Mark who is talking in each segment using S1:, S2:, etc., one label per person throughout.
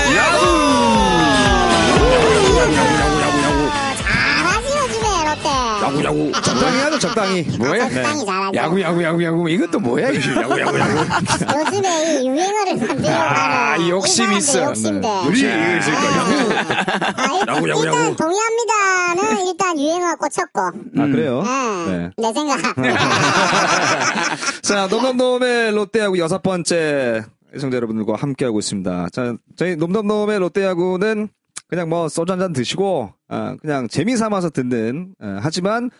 S1: 네,
S2: 네.
S1: 아,
S3: 야구
S2: 적당히 하죠, 적당히.
S3: 뭐야?
S1: 적당히 잘하죠.
S3: 네. 야구 야구 야구 야구 뭐 이것도 뭐야? 이거 야구 야구 야구.
S1: 요즘에 네, 이 유행어를 만들려고
S3: 아,
S1: 하는
S3: 욕심
S1: 이 사람들
S3: 있어.
S1: 욕심들.
S3: 우리 이거 있으니까. 야구.
S1: 아, 일단,
S3: 야구, 야구,
S1: 일단
S3: 야구.
S1: 동의합니다는 일단 유행어 꽂혔고.
S2: 아, 그래요?
S3: 음.
S1: 예,
S2: 네.
S1: 내 생각.
S2: 자, 놈놈놈의 롯데하고 여섯 번째 시청자 여러분들과 함께하고 있습니다. 자, 저희 놈놈놈의 롯데하고는 그냥 뭐 소주 한잔 드시고, 아, 그냥 재미 삼아서 듣는, 아, 하지만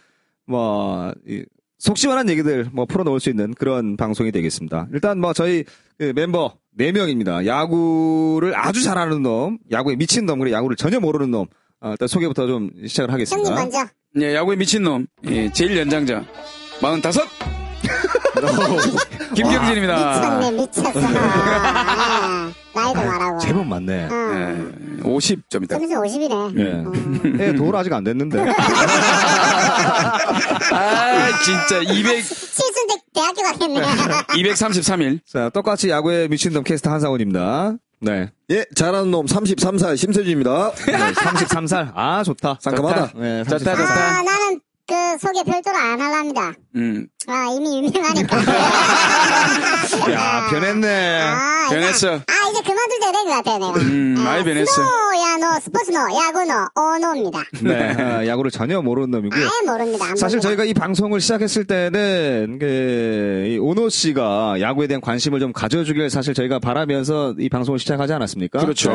S2: 뭐, 이, 속시원한 얘기들 뭐 풀어놓을 수 있는 그런 방송이 되겠습니다. 일단 뭐 저희 그 멤버 네명입니다 야구를 아주 잘하는 놈, 야구에 미친 놈, 그리고 야구를 전혀 모르는 놈, 아, 일단 소개부터 좀 시작을 하겠습니다.
S1: 형님 먼저.
S4: 예, 야구의 미친놈. 예, 제일 연장자. 45!
S1: 미쳤네,
S4: 김경진입니다.
S1: 미쳤어. 예,
S2: 아,
S1: 나이도 말하고.
S2: 제법 많네.
S1: 응.
S4: 예, 50 좀 있다.
S1: 점수 50이네.
S2: 예. 예, 돌 아직 안 됐는데.
S4: 아, 진짜 200,
S1: 칠순 대 대학교 가겠네.
S4: 233일.
S2: 자, 똑같이 야구에 미친 놈 캐스터 한상훈입니다. 네.
S5: 예, 잘하는 놈 33살 심세준입니다.
S2: 33살. 아, 좋다.
S5: 상큼하다.
S2: 좋다. 네,
S4: 좋다,
S2: 33살.
S4: 좋다.
S1: 아, 나는 그 소개 별도로 안 할랍니다.
S4: 음,
S1: 아, 이미 유명하니까.
S2: 야, 변했네.
S1: 아,
S4: 변했어.
S1: 아, 이제 그만둘 때 된 것 같아요, 내가.
S4: 음, 많이 변했어.
S1: 스노야노, 스포츠노, 야구노, 어노입니다.
S2: 네. 아, 야구를 전혀 모르는 놈이고요.
S1: 아예 모릅니다. 안
S2: 사실
S1: 모릅니다.
S2: 저희가 이 방송을 시작했을 때는 그, 이 오노 씨가 야구에 대한 관심을 좀 가져주길 사실 저희가 바라면서 이 방송을 시작하지 않았습니까?
S4: 그렇죠.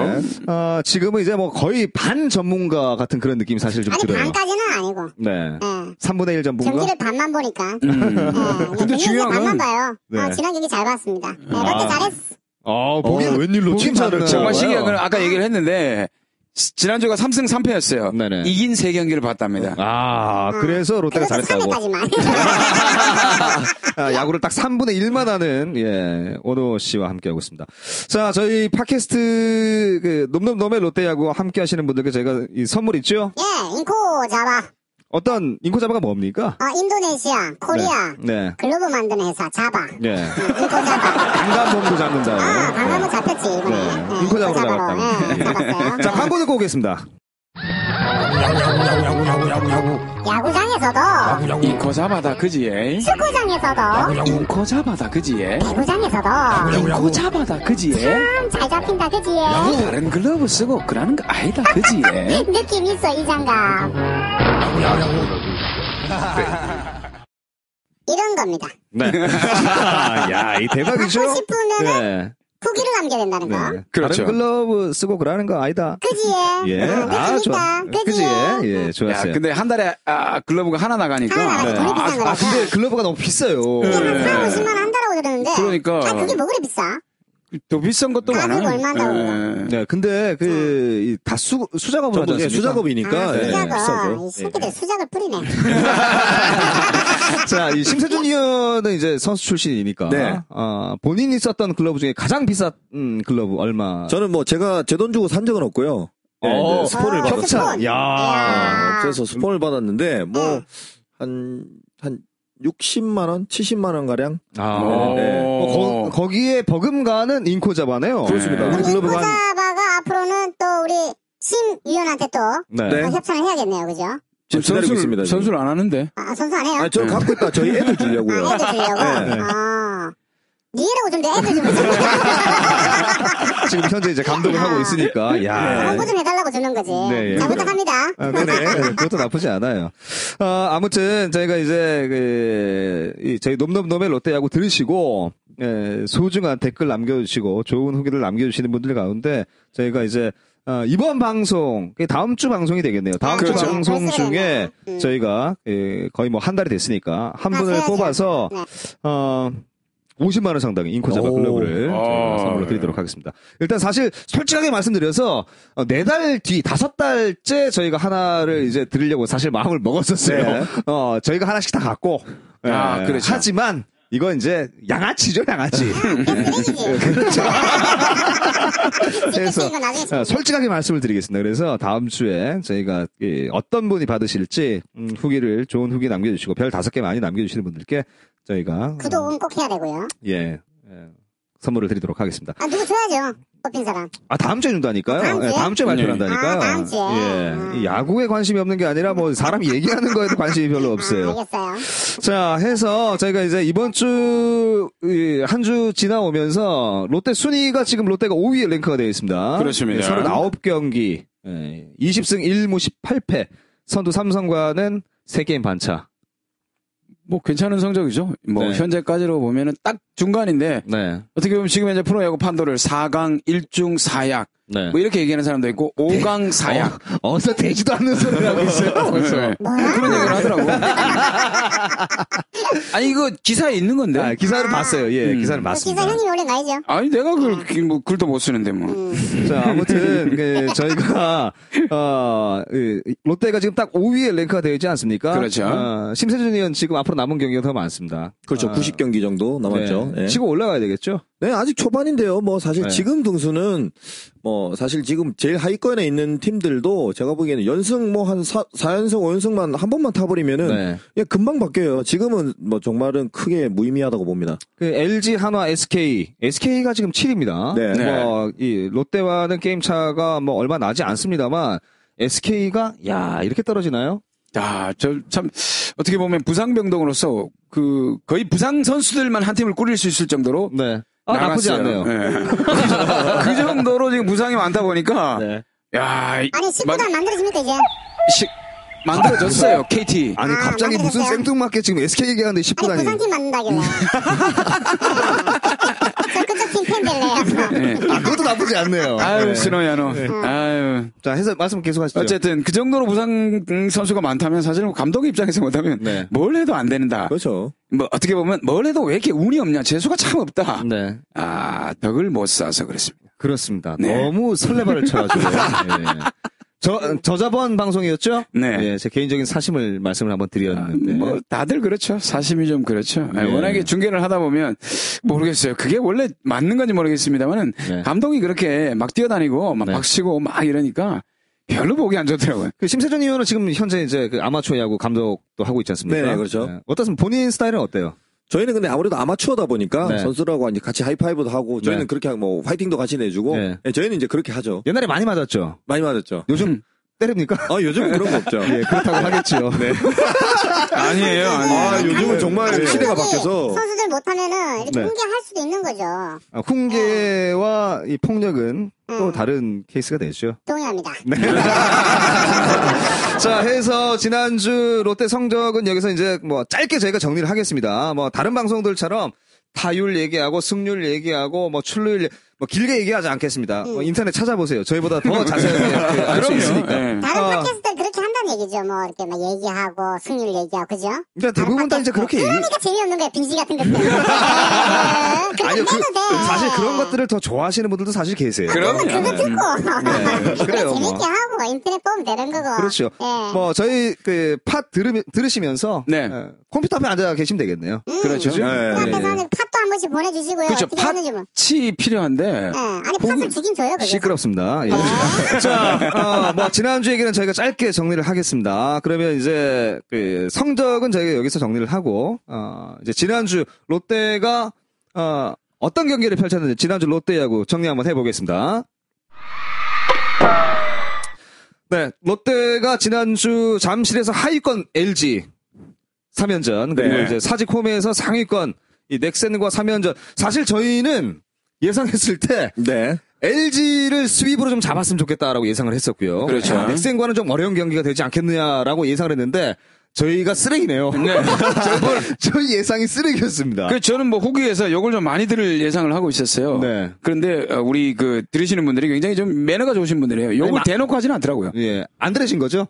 S2: 아, 지금은 이제 뭐 거의 반 전문가 같은 그런 느낌이 사실 좀
S1: 아니,
S2: 들어요.
S1: 반까지는 아니고.
S2: 네.
S1: 예.
S2: 3분의 1 전문가?
S1: 경기를 반만 보니까.
S4: 음.
S1: 예.
S4: 근데
S1: 경기
S4: 중요한
S1: 반만
S4: 건-
S1: 봐요. 어,
S2: 네.
S1: 지난 경기 잘 봤습니다. 예, 롯데 잘했어.
S2: 어,
S5: 어, 웬일로
S2: 보긴
S5: 칭찬을
S2: 봤네요.
S5: 정말
S4: 정말
S5: 뭐예요?
S4: 신기한
S2: 어.
S4: 건 그렇죠. 아까 얘기를 했는데, 시- 지난주가 3승 3패였어요.
S2: 네네.
S4: 이긴 세경기를 봤답니다.
S2: 아, 그래서 롯데가
S1: 음, 그것도
S2: 잘했다고. 네.
S1: 3회까지만.
S2: 아, 야구를 딱 3분의 1만 하는 예, 오노 씨와 함께하고 있습니다. 자, 저희 팟캐스트 그 놈놈놈의 롯데 야구 함께 하시는 분들께 저희가 이 선물 있죠?
S1: 예, 인코 자바.
S2: 어떤 인코자바가 뭡니까?
S1: 어, 인도네시아, 코리아,
S2: 네.
S1: 글로브 만드는 회사, 자바.
S2: 네. 예.
S1: 음, 인코 자바.
S2: 강간범도 잡는다.
S1: 아,
S2: 예.
S1: 강남은 잡혔지,
S2: 네.
S1: 이번에. 예,
S2: 인코 자바로
S1: 인코 자바로.
S2: 나갔다고. 네.
S1: 예, 잡았어요.
S2: 자, 광고 듣고 오겠습니다.
S3: 야구 야구 야구 야구
S4: 아.
S1: 야구장에서도,
S3: 야구 야구
S4: 인코 잡아다, 그지, 예?
S1: 축구장에서도,
S4: 인코 잡아다, 그지, 예?
S1: 배구장에서도
S4: 인코 잡아다, 그지, 예?
S1: 참 잘 잡힌다, 그지?
S4: 다른 글러브 쓰고 그러는 거 아니다, 그지, 예?
S1: 느낌 있어, 이 장갑. 이런 겁니다.
S2: 네. 야, 이 대박이죠?
S1: 갖고 음. 싶으면은
S2: 그렇죠.
S1: 아?
S2: 네.
S1: 후기를 남겨야 된다는 거.
S2: 네.
S4: 그렇죠.
S2: 다른 글러브 쓰고 그러는 거 아니다.
S1: 그지?
S2: 예.
S1: 어,
S2: 아,
S1: 느끼니까.
S2: 좋아.
S1: 그지?
S2: 예. 예,
S4: 야,
S2: 좋았어요.
S4: 근데 한 달에 아, 글러브가 하나 나가니까 네.
S1: 하나 나가니까 돈이 비싼
S2: 아, 네.
S1: 거라서.
S2: 근데 글러브가 너무 비싸요.
S5: 어, 네.
S2: 예.
S1: 한 4, 50만 원 한다라고 들었는데.
S4: 그러니까.
S1: 아, 그게 뭐 그리 비싸?
S4: 더 비싼 것도
S1: 가격이
S4: 많아요.
S1: 얼마나
S4: 예.
S2: 네, 근데 그, 다 수, 수작업을 하지
S5: 전부
S2: 않습니까?
S5: 이제 수작업이니까
S1: 아,
S2: 네,
S5: 예,
S1: 수작을.
S5: 비싸죠.
S1: 이 새끼들 수작을 뿌리네.
S2: 자, 이 심세준 의원은 이제 선수 출신이니까.
S5: 네.
S2: 아, 본인이 썼던 글러브 중에 가장 비싼 음, 글러브 얼마?
S5: 저는 뭐 제가 제 돈 주고 산 적은 없고요. 예,
S2: 어,
S5: 이제 스폰을
S1: 아,
S5: 받았어요.
S1: 스폰.
S2: 야.
S1: 이야.
S5: 어, 그래서 스폰을 받았는데
S1: 아.
S5: 뭐
S1: 어.
S5: 뭐한한 60만 원, 70만 원 가량.
S2: 아.
S4: 오.
S2: 어, 거, 기에 버금가는 인코 자바네요.
S5: 그렇습니다.
S2: 아,
S1: 그럼 이
S5: 글러브가 한
S1: 코자바가 앞으로는 또 우리 심위원한테 또
S2: 네.
S5: 네.
S1: 어, 협찬을 해야겠네요, 그죠?
S4: 지금
S5: 기다리고
S4: 아, 선수를,
S5: 있습니다, 지금.
S4: 선수를 네. 안 하는데.
S1: 아, 선수 안 해요?
S5: 아니 저는 갖고 있다. 저희 애들
S1: 아,
S5: 주려고요.
S1: 애들 주려고?
S5: 네.
S1: 아. 니라고 좀 돼, 애들 좀 주려고.
S2: 지금 현재 이제 감독을 하고 있으니까. 야.
S1: 광고 네. 좀 해달라고 주는 거지.
S2: 네, 예.
S1: 잘 부탁합니다.
S2: 아, 그네. 네, 그것도 나쁘지 않아요. 아, 아무튼 저희가 이제 그, 이 저희 놈놈놈의 롯데야구 들으시고 예, 소중한 댓글 남겨주시고 좋은 후기를 남겨주시는 분들 가운데 저희가 이제 어, 이번 방송 그게 다음 주 방송이 되겠네요. 다음 주
S1: 그렇죠.
S2: 방송
S1: 벌써
S2: 중에
S1: 되네요. 음.
S2: 저희가 예, 거의 뭐 한 달이 됐으니까 한
S1: 아,
S2: 분을
S1: 써야죠.
S2: 뽑아서
S1: 네.
S2: 어. 50만 원 상당의 인코자바
S5: 오.
S2: 글러브를 저희가
S4: 아,
S2: 선물로
S4: 네.
S2: 드리도록 하겠습니다. 일단 사실 솔직하게 말씀드려서 네 달 뒤, 다섯 달째 저희가
S4: 음.
S2: 하나를 이제 드리려고 사실 마음을 먹었었어요.
S5: 네.
S2: 어, 저희가 하나씩 다 갖고.
S4: 아,
S2: 예,
S4: 그렇죠.
S2: 하지만 이건 이제 양아치죠, 양아치.
S5: 네.
S1: 쓰레기지.
S4: 그렇죠.
S5: 네.
S2: 그래서
S1: 이거 나중에
S5: 아,
S2: 어, 솔직하게 말씀을 드리겠습니다. 그래서 다음 주에 저희가 이 어떤 분이 받으실지 음, 후기를 좋은 후기 남겨주시고 별 다섯 개 많이 남겨주시는 분들께 저희가 어,
S1: 구독은 꼭 해야 되고요.
S2: 예. 예. 선물을 드리도록 하겠습니다.
S1: 아, 누구 줘야죠. 뽑힌 사람. 그
S2: 아 다음 주에 준다니까요.
S1: 다음 주에?
S2: 예, 다음 주에
S4: 네.
S2: 발표한다니까요.
S1: 아, 다음 주에.
S2: 예, 이
S1: 음.
S2: 야구에 관심이 없는 게 아니라 뭐 사람 얘기하는 거에도 관심이 별로
S1: 아,
S2: 없어요.
S1: 알겠어요.
S2: 자, 해서 저희가 이제 이번 주, 한 주 지나오면서 롯데 순위가 지금 롯데가 5위에 랭크가 되어 있습니다. 예,
S4: 그렇습니다.
S2: 39경기, 예, 20승 1무 18패. 선두 삼성과는 3게임 반차.
S4: 뭐 괜찮은 성적이죠. 뭐
S2: 네.
S4: 현재까지로 보면은 딱 중간인데
S2: 네.
S4: 어떻게 보면 지금 현재 프로야구 판도를 4강 1중 4약
S2: 네.
S4: 뭐 이렇게 얘기하는 사람도 있고 5강 4약
S2: 어, 어서 되지도 않는 소리를 하고 있어요.
S4: 네. 그런 얘기를 하더라고. 아니 이거 기사에 있는 건데.
S2: 아, 기사를 봤어요. 예,
S4: 음.
S2: 기사를
S1: 그 기사
S2: 봤습니다.
S1: 형님이 원래 나이죠.
S4: 아니 내가 글, 기- 뭐 글도 못 쓰는데 뭐.
S1: 음.
S2: 자, 아무튼, 그, 저희가, 어, 이, 롯데가 지금 딱 5위에 랭크가 되어 있지 않습니까?
S4: 그렇죠.
S2: 어, 심세준 의원 지금 앞으로 남은 경기가 더 많습니다.
S5: 그렇죠.
S2: 아,
S5: 90경기 정도 남았죠.
S2: 네.
S5: 예.
S2: 치고 올라가야 되겠죠?
S5: 네, 아직 초반인데요. 뭐 사실
S2: 네.
S5: 지금 등수는 뭐 사실 지금 제일 하위권에 있는 팀들도 제가 보기에는 연승 뭐 한 4연승, 5연승만 한 번만 타버리면은
S2: 네.
S5: 그냥 금방 바뀌어요. 지금은 뭐 정말은 크게 무의미하다고 봅니다.
S2: 그 LG, 한화, SK. SK가 지금 7입니다.
S5: 네.
S4: 네.
S2: 뭐, 이 롯데와는 게임 차가 뭐 얼마 나지 않습니다만 SK가 야, 이렇게 떨어지나요?
S4: 야, 저 참 어떻게 보면 부상 병동으로서 그 거의 부상 선수들만 한 팀을 꾸릴 수 있을 정도로
S2: 네. 아, 나쁘지
S4: 나갔어요.
S2: 않네요.
S4: 예. 그 정도로 지금 부상이 많다 보니까
S2: 네.
S4: 야, 이-
S1: 아니,
S4: 마-
S1: 식구도 안 만들어집니까, 이제?
S4: 시- 만들어졌어요 KT.
S2: 아니
S1: 아,
S2: 갑자기 무슨
S1: 만들었어요?
S2: 생뚱맞게 지금 SK 얘기하는데 10분
S1: 아니,
S2: 아니에요.
S1: 부산팀 만든다길래. 네. 저 그쪽 팀팬 될래요.
S4: 예.
S2: 아, 그것도 나쁘지 않네요.
S4: 아유
S2: 네.
S4: 신호야 너. 아유.
S2: 자, 해서 말씀 계속 하시죠.
S4: 어쨌든 그 정도로 부상 음, 선수가 많다면 사실은 뭐 감독의 입장에서 못하면
S2: 네.
S4: 뭘 해도 안 된다.
S5: 그렇죠.
S4: 뭐 어떻게 보면 뭘 해도 왜 이렇게 운이 없냐 재수가 참 없다.
S2: 네.
S4: 아 덕을 못 쌓아서 그랬습니다.
S2: 그렇습니다.
S4: 네.
S2: 너무 설레발을 쳐가지고. 예. 저, 저자번 방송이었죠?
S4: 네.
S2: 예, 제 개인적인 사심을 말씀을 한번
S4: 아,
S2: 드렸는데.
S4: 뭐 다들 그렇죠. 사심이 좀 그렇죠. 아,
S2: 네.
S4: 워낙에 중계를 하다 보면 모르겠어요. 그게 원래 맞는 건지 모르겠습니다만은
S2: 네.
S4: 감독이 그렇게 막 뛰어다니고 막
S2: 네.
S4: 박치고 막 이러니까 별로 보기 안 좋더라고요.
S2: 그 심세준 의원은 지금 현재 이제 그 아마추어 야구 감독도 하고 있지 않습니까?
S5: 네, 그렇죠.
S2: 어떻습니까? 본인 스타일은 어때요?
S5: 저희는 근데 아무래도 아마추어다 보니까
S2: 네.
S5: 선수라고 이제 같이 하이파이브도 하고 저희는
S2: 네.
S5: 그렇게 뭐 화이팅도 같이 내주고
S2: 네.
S5: 예, 저희는 이제 그렇게 하죠.
S2: 옛날에 많이 맞았죠?
S5: 많이 맞았죠.
S2: 요즘 때립니까?
S5: 아 요즘 그런 거 없죠.
S2: 예, 그렇다고 하겠지요. 네.
S4: 아니에요.
S5: 아 요즘은
S1: 예.
S5: 정말 시대가
S1: 감독이
S5: 바뀌어서
S1: 선수들 못하면은 이렇게
S2: 네.
S1: 공개할 수도 있는 거죠.
S2: 아, 훈계와 이 폭력은 또
S1: 음.
S2: 다른 케이스가 되죠.
S1: 동의합니다.
S2: 자, 해서 지난주 롯데 성적은 여기서 이제 뭐 짧게 저희가 정리를 하겠습니다. 뭐 다른 방송들처럼 타율 얘기하고 승률 얘기하고 뭐 출루율 얘- 뭐 길게 얘기하지 않겠습니다. 뭐 인터넷 찾아보세요. 저희보다 더 자세하게 알 수 있으니까.
S1: 다른
S2: 아.
S1: 팟캐스트 그렇게 한다는 얘기죠. 뭐 이렇게 막 얘기하고 승률 얘기하고 그죠?
S2: 근데 그러니까 대부분 다 이제 그렇게 얘기.
S1: 그러니까 재미없는 거야 빙시 같은 것들. 네, 그런
S2: 아니요,
S1: 거
S2: 그,
S1: 해도 돼.
S2: 사실 그런 것들을 더 좋아하시는 분들도 사실 계세요.
S4: 그럼요.
S1: 어, 그거 듣고
S2: 네, 그래요,
S1: 재밌게
S2: 뭐.
S1: 하고 인터넷 보면 되는 거고.
S2: 그렇죠.
S1: 예.
S2: 뭐 저희 그 팟 들으시면서
S4: 네.
S2: 어, 컴퓨터 앞에 앉아 계시면 되겠네요.
S4: 그렇죠.
S5: 네.
S1: 그 앞에서 하는 팟도 한 번씩 보내주시고요.
S4: 그렇죠.
S1: 어떻게 하는지 뭐.
S4: 팟치 필요한데
S1: 예. 아니 팟을 주긴 줘요. 아. 그죠?
S2: 시끄럽습니다. 예. 자, 어, 뭐 지난주 얘기는 저희가 짧게 정리를 하겠습니다. 그러면 이제 그 성적은 저희가 여기서 정리를 하고 어, 이제 지난주 롯데가 어, 어떤 경기를 펼쳤는지 지난주 롯데하고 정리 한번 해보겠습니다. 네, 롯데가 지난주 잠실에서 하위권 LG 3연전 그리고
S4: 네.
S2: 이제 사직 홈에서 상위권 이 넥센과 3연전 사실 저희는 예상했을 때
S5: 네.
S2: LG를 스윕으로 좀 잡았으면 좋겠다라고 예상을 했었고요.
S4: 그렇죠.
S2: 아, 넥센과는 좀 어려운 경기가 되지 않겠느냐라고 예상을 했는데 저희가 쓰레기네요. 저희, 저희 예상이 쓰레기였습니다.
S4: 그 저는 뭐 후기에서 요걸 좀 많이 들을 예상을 하고 있었어요.
S2: 네.
S4: 그런데 어, 우리 그 들으시는 분들이 굉장히 좀 매너가 좋으신 분들이에요. 요걸
S2: 아니, 나-
S4: 대놓고 하지는 않더라고요.
S2: 예, 안 들으신 거죠?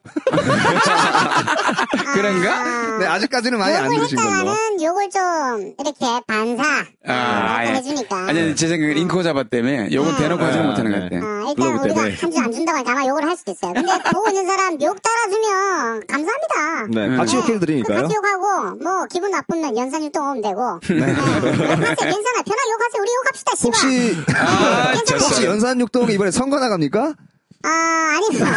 S4: 그런가?
S2: 네, 아직까지는 많이 안 뭐.
S1: 욕을
S2: 들으신 걸로.
S1: 했다가는 욕을 좀 이렇게 반사
S4: 아,
S1: 아,
S4: 예.
S1: 해주니까.
S4: 아니, 아니, 제 생각엔 인코 잡아 때문에 요걸 대놓고 하지는
S2: 아,
S4: 못하는
S2: 네.
S4: 것 같아요.
S1: 어, 일단
S5: 글로벌
S1: 우리가
S5: 때문에.
S1: 한 주 안 준다고 하니까 아마 욕을 할 수도 있어요. 근데 보고 있는 사람 욕 따라주면 감사합니다.
S2: 네,
S4: 음.
S2: 같이
S1: 아,
S2: 욕해도 드리니까요.
S1: 같이 욕하고 어, 뭐 기분 나쁘면 연산일 동 오면 되고. 네. 하세요. 괜찮아. 편하게 욕하세요. 우리 욕합시다. 씨발.
S2: 혹시
S4: 아,
S1: 괜찮아요.
S2: 혹시 연산육동 이번에 선거 나갑니까?
S1: 아, 아니면.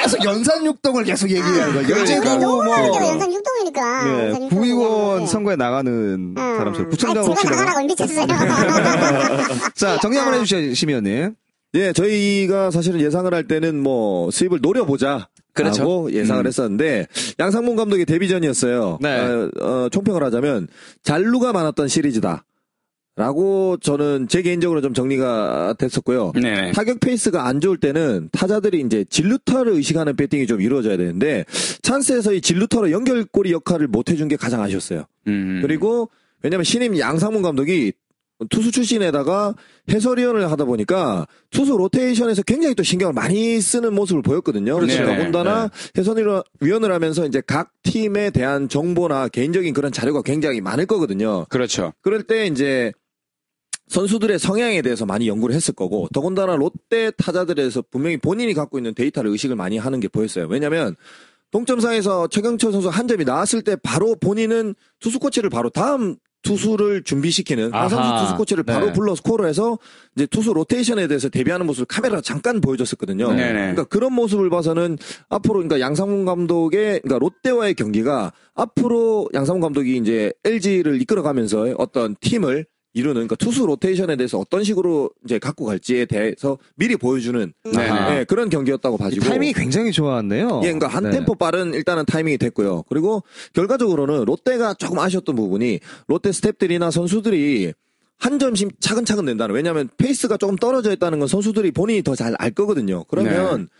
S3: 계속 연산 육동을 계속 얘기하는 거야.
S1: 아,
S3: 여제고
S1: 너무 많이
S3: 뭐.
S1: 죠 연상 6동이니까.
S2: 그러니까 예, 구의원 선거에 나가는
S1: 음.
S2: 사람처럼
S1: 아,
S2: 구청장 혹시
S1: 제가
S2: 나가- 아,
S1: 나가라고 예. 미쳤어요. 아.
S2: 자 정리 한번 해주시죠 심의원님
S5: 예, 저희가 사실은 예상을 할 때는 뭐 수입을 노려보자.
S4: 그렇죠.
S5: 라고 예상을
S4: 음.
S5: 했었는데 양상문 감독의 데뷔전이었어요.
S2: 네.
S5: 어, 어, 총평을 하자면 잔루가 많았던 시리즈다. 라고 저는 제 개인적으로 좀 정리가 됐었고요.
S4: 네.
S5: 타격 페이스가 안 좋을 때는 타자들이 이제 진루타를 의식하는 배팅이 좀 이루어져야 되는데 찬스에서 이 진루타로 연결골이 역할을 못 해준 게 가장 아쉬웠어요.
S4: 음.
S5: 그리고 왜냐면 신임 양상문 감독이 투수 출신에다가 해설위원을 하다 보니까 투수 로테이션에서 굉장히 또 신경을 많이 쓰는 모습을 보였거든요.
S4: 그렇죠. 네.
S5: 더군다나 해설위원을 하면서 이제 각 팀에 대한 정보나 개인적인 그런 자료가 굉장히 많을 거거든요.
S4: 그렇죠.
S5: 그럴 때 이제 선수들의 성향에 대해서 많이 연구를 했을 거고 더군다나 롯데 타자들에서 분명히 본인이 갖고 있는 데이터를 의식을 많이 하는 게 보였어요. 왜냐하면 동점상에서 최경철 선수 한 점이 나왔을 때 바로 본인은 투수 코치를 바로 다음 투수를 준비시키는
S4: 아하.
S5: 하성수 투수 코치를 바로
S4: 네.
S5: 불러 스코어를 해서 이제 투수 로테이션에 대해서 대비하는 모습을 카메라 잠깐 보여줬었거든요.
S4: 네네.
S5: 그러니까 그런 모습을 봐서는 앞으로 그러니까 양상문 감독의 그러니까 롯데와의 경기가 앞으로 양상문 감독이 이제 LG를 이끌어가면서 어떤 팀을 이루는 그러니까 투수 로테이션에 대해서 어떤 식으로 이제 갖고 갈지에 대해서 미리 보여주는
S4: 네네.
S5: 예, 그런 경기였다고 봐지고
S2: 타이밍이 굉장히 좋았네요
S5: 예, 그러니까 한
S2: 네.
S5: 템포 빠른 일단은 타이밍이 됐고요. 그리고 결과적으로는 롯데가 조금 아쉬웠던 부분이 롯데 스탭들이나 선수들이 한 점씩 차근차근 낸다는 왜냐하면 페이스가 조금 떨어져 있다는 건 선수들이 본인이 더 잘 알 거거든요.
S2: 네.
S5: 그러면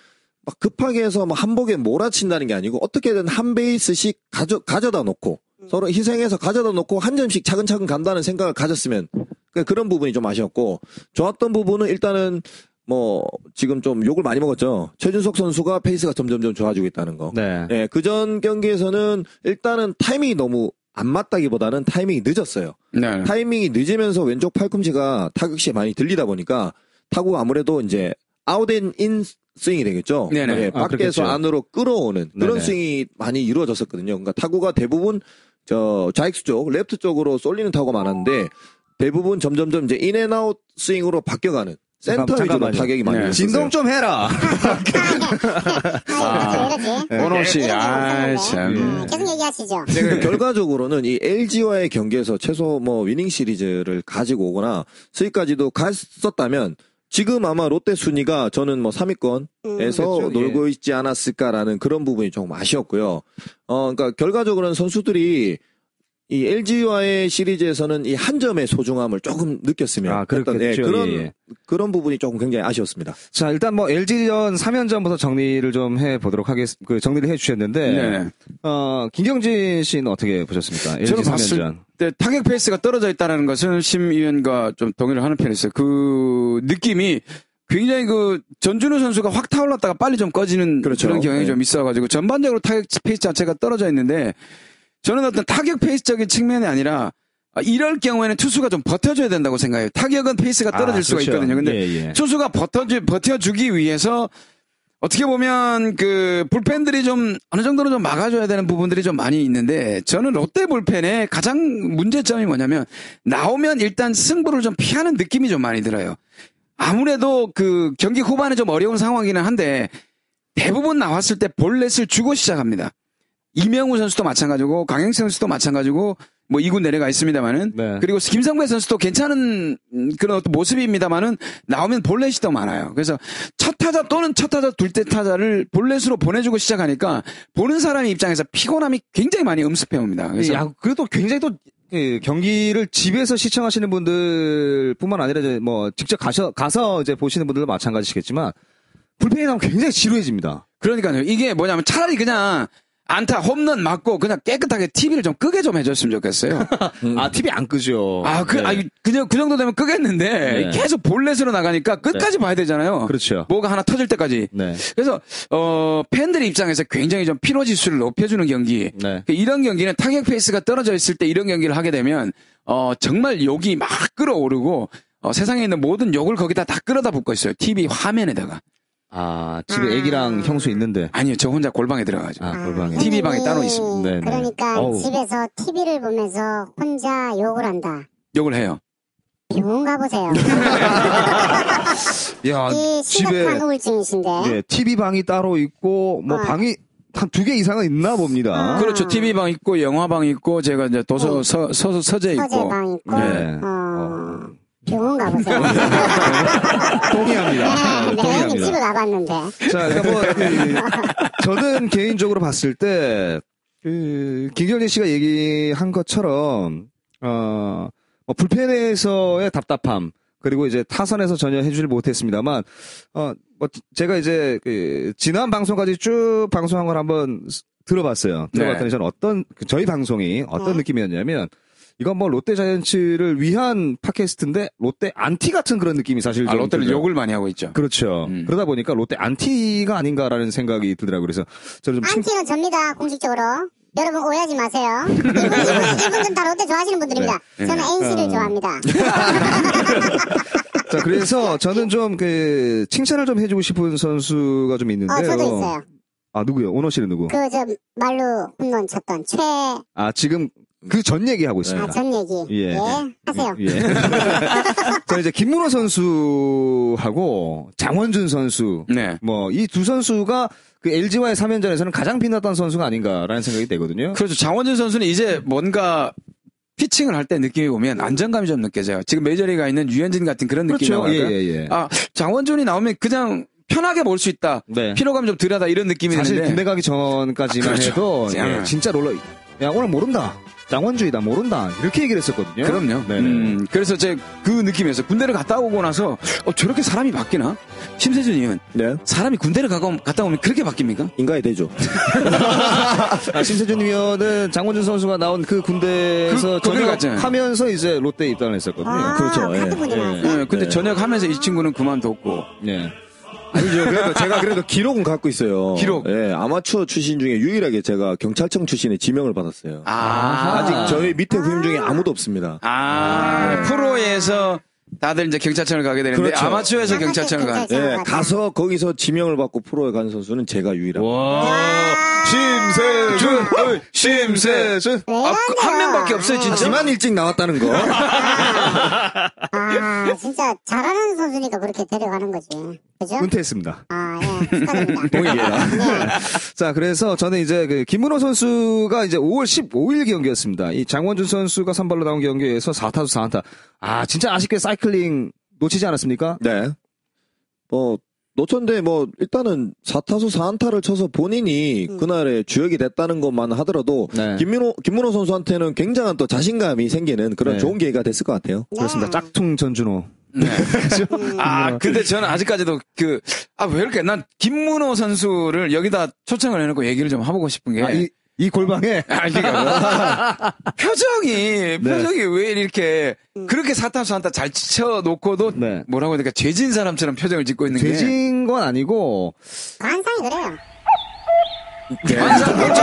S5: 막 급하게 해서 막 한복에 몰아친다는 게 아니고 어떻게든 한 베이스씩 가져 가져다 놓고 서로 희생해서 가져다 놓고 한 점씩 차근차근 간다는 생각을 가졌으면 그러니까 그런 부분이 좀 아쉬웠고 좋았던 부분은 일단은 뭐 지금 좀 욕을 많이 먹었죠. 최준석 선수가 페이스가 점점점 좋아지고 있다는 거.
S2: 네.
S5: 예, 그전 경기에서는 일단은 타이밍이 너무 안 맞다기보다는 타이밍이 늦었어요.
S4: 네.
S5: 타이밍이 늦으면서 왼쪽 팔꿈치가 타격 시에 많이 들리다 보니까 타구가 아무래도 이제 아웃앤인 스윙이 되겠죠.
S4: 네네.
S5: 예,
S2: 아,
S5: 밖에서
S2: 그렇겠죠.
S5: 안으로 끌어오는 그런
S2: 네네.
S5: 스윙이 많이 이루어졌었거든요. 그러니까 타구가 대부분 저 좌익수 쪽, 레프트 쪽으로 쏠리는 타구가 많았는데 대부분 점점점 이제 인앤아웃 스윙으로 바뀌어가는
S2: 잠깐-
S5: 센터 위주로
S2: 잠깐만요.
S5: 타격이 많이
S4: 네.
S5: 됐었어요.
S2: 진동 좀 해라
S1: 아, 이렇지,
S2: 예.
S1: 이렇지.
S5: 네.
S4: 원호 씨,
S1: 이런
S4: 아,
S1: 경우가
S4: 참.
S1: 음,
S2: 네.
S1: 계속 얘기하시죠.
S5: 그 네. 결과적으로는 이 LG와의 경기에서 최소 뭐 위닝 시리즈를 가지고 오거나 수위까지도 갔었다면 지금 아마 롯데 순위가 저는 뭐 3위권에서
S1: 음.
S2: 그렇죠.
S5: 놀고 있지 않았을까라는 그런 부분이 조금 아쉬웠고요. 어, 그러니까 결과적으로는 선수들이 이 LG와의 시리즈에서는 이 한 점의 소중함을 조금 느꼈으면
S2: 아, 그렇겠죠.
S5: 했던, 예, 그런
S2: 예, 예.
S5: 그런 부분이 조금 굉장히 아쉬웠습니다.
S2: 자 일단 뭐 LG전 3연전부터 정리를 좀 해보도록 하겠습니다 그 정리를 해주셨는데
S4: 네네.
S2: 어 김경진 씨는 어떻게 보셨습니까? LG
S4: 저는
S2: 3연전
S4: 봤을 때 타격 페이스가 떨어져 있다는 것은 심의원과 좀 동의를 하는 편이었어요. 그 느낌이 굉장히 그 전준우 선수가 확 타올랐다가 빨리 좀 꺼지는 그
S5: 그렇죠.
S4: 런 경향이
S5: 네.
S4: 좀 있어가지고 전반적으로 타격 페이스 자체가 떨어져 있는데 저는 어떤 타격 페이스적인 측면이 아니라 아, 이럴 경우에는 투수가 좀 버텨줘야 된다고 생각해요. 타격은 페이스가 떨어질
S2: 아,
S4: 수가
S2: 그렇죠.
S4: 있거든요. 근데
S2: 예, 예.
S4: 투수가 버텨주, 버텨주기 위해서 어떻게 보면 그 불펜들이 좀 어느 정도는 좀 막아줘야 되는 부분들이 좀 많이 있는데 저는 롯데 불펜의 가장 문제점이 뭐냐면 나오면 일단 승부를 좀 피하는 느낌이 좀 많이 들어요. 아무래도 그 경기 후반에 좀 어려운 상황이긴 한데 대부분 나왔을 때 볼넷을 주고 시작합니다. 이명우 선수도 마찬가지고 강행수 선수도 마찬가지고 뭐 2군 내려가 있습니다만은
S2: 네.
S4: 그리고 김성배 선수도 괜찮은 음, 그런 어떤 모습입니다만은 나오면 볼넷이 더 많아요. 그래서 첫 타자 또는 첫 타자 둘째 타자를 볼넷으로 보내주고 시작하니까 보는 사람의 입장에서 피곤함이 굉장히 많이 음습해 옵니다. 그래서
S2: 예, 야, 그래도 굉장히 또, 그 경기를 집에서 시청하시는 분들 뿐만 아니라, 이제 뭐, 직접 가셔, 가서 이제 보시는 분들도 마찬가지시겠지만, 불펜이 나면 굉장히 지루해집니다.
S4: 그러니까요. 이게 뭐냐면 차라리 그냥 안타 홈런 맞고 그냥 깨끗하게 TV를 좀 끄게 좀 해줬으면 좋겠어요.
S5: 음.
S2: 아, TV 안 끄죠.
S4: 아, 그,
S2: 네.
S4: 아니, 그냥 그 정도 되면
S2: 네.
S4: 끄겠는데 계속 볼넷으로 나가니까 끝까지 봐야 되잖아요.
S2: 그렇죠.
S4: 뭐가 하나 터질 때까지.
S2: 네.
S4: 그래서 어 팬들의 입장에서 굉장히 좀 피로 지수를 높여주는 경기.
S2: 네.
S4: 그 이런 경기는 타격 페이스가 떨어져 있을 때 이런 경기를 하게 되면 어 정말 욕이 막 끌어오르고 어, 세상에 있는 모든 욕을 거기다 다 끌어다 붓고 있어요. TV 화면에다가.
S2: 아, 집에 애기랑 형수 있는데.
S4: 아니요, 저 혼자 골방에 들어가죠.
S2: 아, 골방에.
S4: TV 방에
S1: 아니,
S4: 따로 있습니다.
S2: 네, 네.
S1: 그러니까
S2: 어우.
S1: 집에서 TV를 보면서 혼자 욕을 한다.
S4: 욕을 해요.
S1: 병원 가보세요.
S2: 야, 아,
S1: 이 심각한
S2: 집에
S1: 우울증이신데.
S2: 예, TV 방이 따로 있고 뭐
S1: 어. 방이
S2: 방이 한 두 개 이상은 있나 봅니다.
S4: 그렇죠. TV 방 있고 영화 방 있고 제가 이제 도서 서, 서, 네. 서재 있고. 아,
S1: 서재방 있고,
S2: 네.
S1: 어, 병원 가보세요.
S2: 동의합니다. 아,
S1: 네, 네, 형님 집에 가봤는데.
S2: 자, 그러니까 뭐 이, 저는 개인적으로 봤을 때 그, 김경진 씨가 얘기한 것처럼 어, 뭐 불펜에서의 답답함 그리고 이제 타선에서 전혀 해주질 못했습니다만 어, 뭐 제가 이제 그, 지난 방송까지 쭉 방송한 걸 한번 스- 들어봤어요. 들어봤더니
S4: 네.
S2: 저는 어떤 그 저희 방송이 어떤
S1: 네.
S2: 느낌이었냐면. 이건 뭐 롯데 자이언츠를 위한 팟캐스트인데 롯데 안티 같은 그런 느낌이 사실
S4: 아,
S2: 좀
S4: 롯데를
S2: 들어요.
S4: 욕을 많이 하고 있죠.
S2: 그렇죠.
S4: 음.
S2: 그러다 보니까 롯데 안티가 아닌가라는 생각이 들더라고요. 그래서 저는 좀 칭-
S1: 안티는 접니다, 공식적으로. 여러분 오해하지 마세요. 이분, 이분, 이분들은 다 롯데 좋아하시는
S2: 네.
S1: 분들입니다. 저는 NC를 좋아합니다.
S2: 자, 그래서 저는 좀 그 칭찬을 좀 해주고 싶은 선수가 좀 있는데요.
S1: 어, 저도 있어요.
S2: 아 누구요? 오너 씨는 누구?
S1: 그, 저, 말로 홈런 쳤던 최, 아,
S2: 아 지금 그 전 얘기하고 있습니다.
S1: 전 얘기.
S2: 예.
S1: 예. 하세요.
S2: 예. 저 이제 김문호 선수하고 장원준 선수
S4: 네.
S2: 뭐 이 두 선수가 그 LG와의 3연전에서는 가장 빛났던 선수가 아닌가라는 생각이 되거든요.
S4: 그렇죠. 장원준 선수는 이제 뭔가 피칭을 할 때 느낌이 오면 안정감이 좀 느껴져요. 지금 메이저리가 있는 유현진 같은 그런 느낌이
S2: 그렇죠.
S4: 나요.
S2: 예, 예, 예.
S4: 아, 장원준이 나오면 그냥 편하게 볼 수 있다.
S2: 네.
S4: 피로감 좀 덜하다 이런 느낌이
S2: 사실
S4: 드는데.
S2: 군대 가기 전까지만
S4: 아, 그렇죠.
S2: 해도
S4: 예.
S2: 예, 진짜 롤러 야 오늘 모른다 장원주이다 모른다 이렇게 얘기를 했었거든요.
S4: 그럼요.
S2: 네네.
S4: 음, 그래서 제 그 느낌에서 군대를 갔다 오고 나서 어, 저렇게 사람이 바뀌나? 심세준 의원
S5: 네.
S4: 사람이 군대를 가고 갔다 오면 그렇게 바뀝니까?
S5: 인가이 되죠.
S2: 아, 심세준 위원은 장원준 선수가 나온 그 군대에서
S4: 그- 거기 갔잖아요.
S2: 전역하면서 이제 롯데에 입단을 했었거든요.
S1: 아,
S5: 그렇죠.
S1: 같은
S5: 예,
S1: 분이
S2: 예.
S1: 나왔어요.
S4: 네, 근데 전역하면서 이 친구는 그만뒀고
S2: 예.
S5: 아니죠. 그래도 제가 그래도 기록은 갖고 있어요.
S4: 기록.
S5: 예, 아마추어 출신 중에 유일하게 제가 경찰청 출신의 지명을 받았어요.
S4: 아,
S5: 아. 직 저희 밑에 후임 중에 아무도 없습니다.
S4: 아, 프로에서 다들 이제 경찰청을 가게 되는데
S5: 그렇죠.
S4: 아마추어에서 경찰청을 가.
S1: 경찰청.
S5: 예,
S1: 맞아요.
S5: 가서 거기서 지명을 받고 프로에 간 선수는 제가 유일한.
S2: 심세준, 어이, 심세준.
S1: 왜
S4: 아, 그- 한
S1: 이러냐.
S4: 명밖에 없어요, 진짜.
S5: 하지만 일찍 나왔다는 거.
S1: 아, 진짜 잘하는 선수니까 그렇게 데려가는 거지. 그죠?
S2: 은퇴했습니다.
S1: 아, 예. 축하드립니다.
S2: 자, 그래서 저는 이제 그 김문호 선수가 이제 5월 15일 경기였습니다. 이 장원준 선수가 선발로 나온 경기에서 4타수 4안타. 아, 진짜 아쉽게 사이클링 놓치지 않았습니까?
S5: 네. 뭐, 노천대 뭐, 일단은 4타수 4안타를 쳐서 본인이 그날에 주역이 됐다는 것만 하더라도,
S2: 네.
S5: 김민호, 김문호 선수한테는 굉장한 또 자신감이 생기는 그런
S2: 네.
S5: 좋은 기회가 됐을 것 같아요.
S2: 그렇습니다. 짝퉁 전준호. 음.
S4: 아, 근데 저는 아직까지도 그, 아, 왜 이렇게, 난 김문호 선수를 여기다 초청을 해놓고 얘기를 좀 해보고 싶은 게.
S2: 아, 이, 이 골방에
S4: 아, 그러니까
S2: 네.
S4: 표정이 표정이 왜 이렇게 그렇게 사타수 한타 잘 치쳐놓고도
S2: 네.
S4: 뭐라고 해야 될까 죄진 사람처럼 표정을 짓고 있는 게
S2: 죄진 건 아니고
S1: 관상이 그래요.
S4: 완전 그렇죠.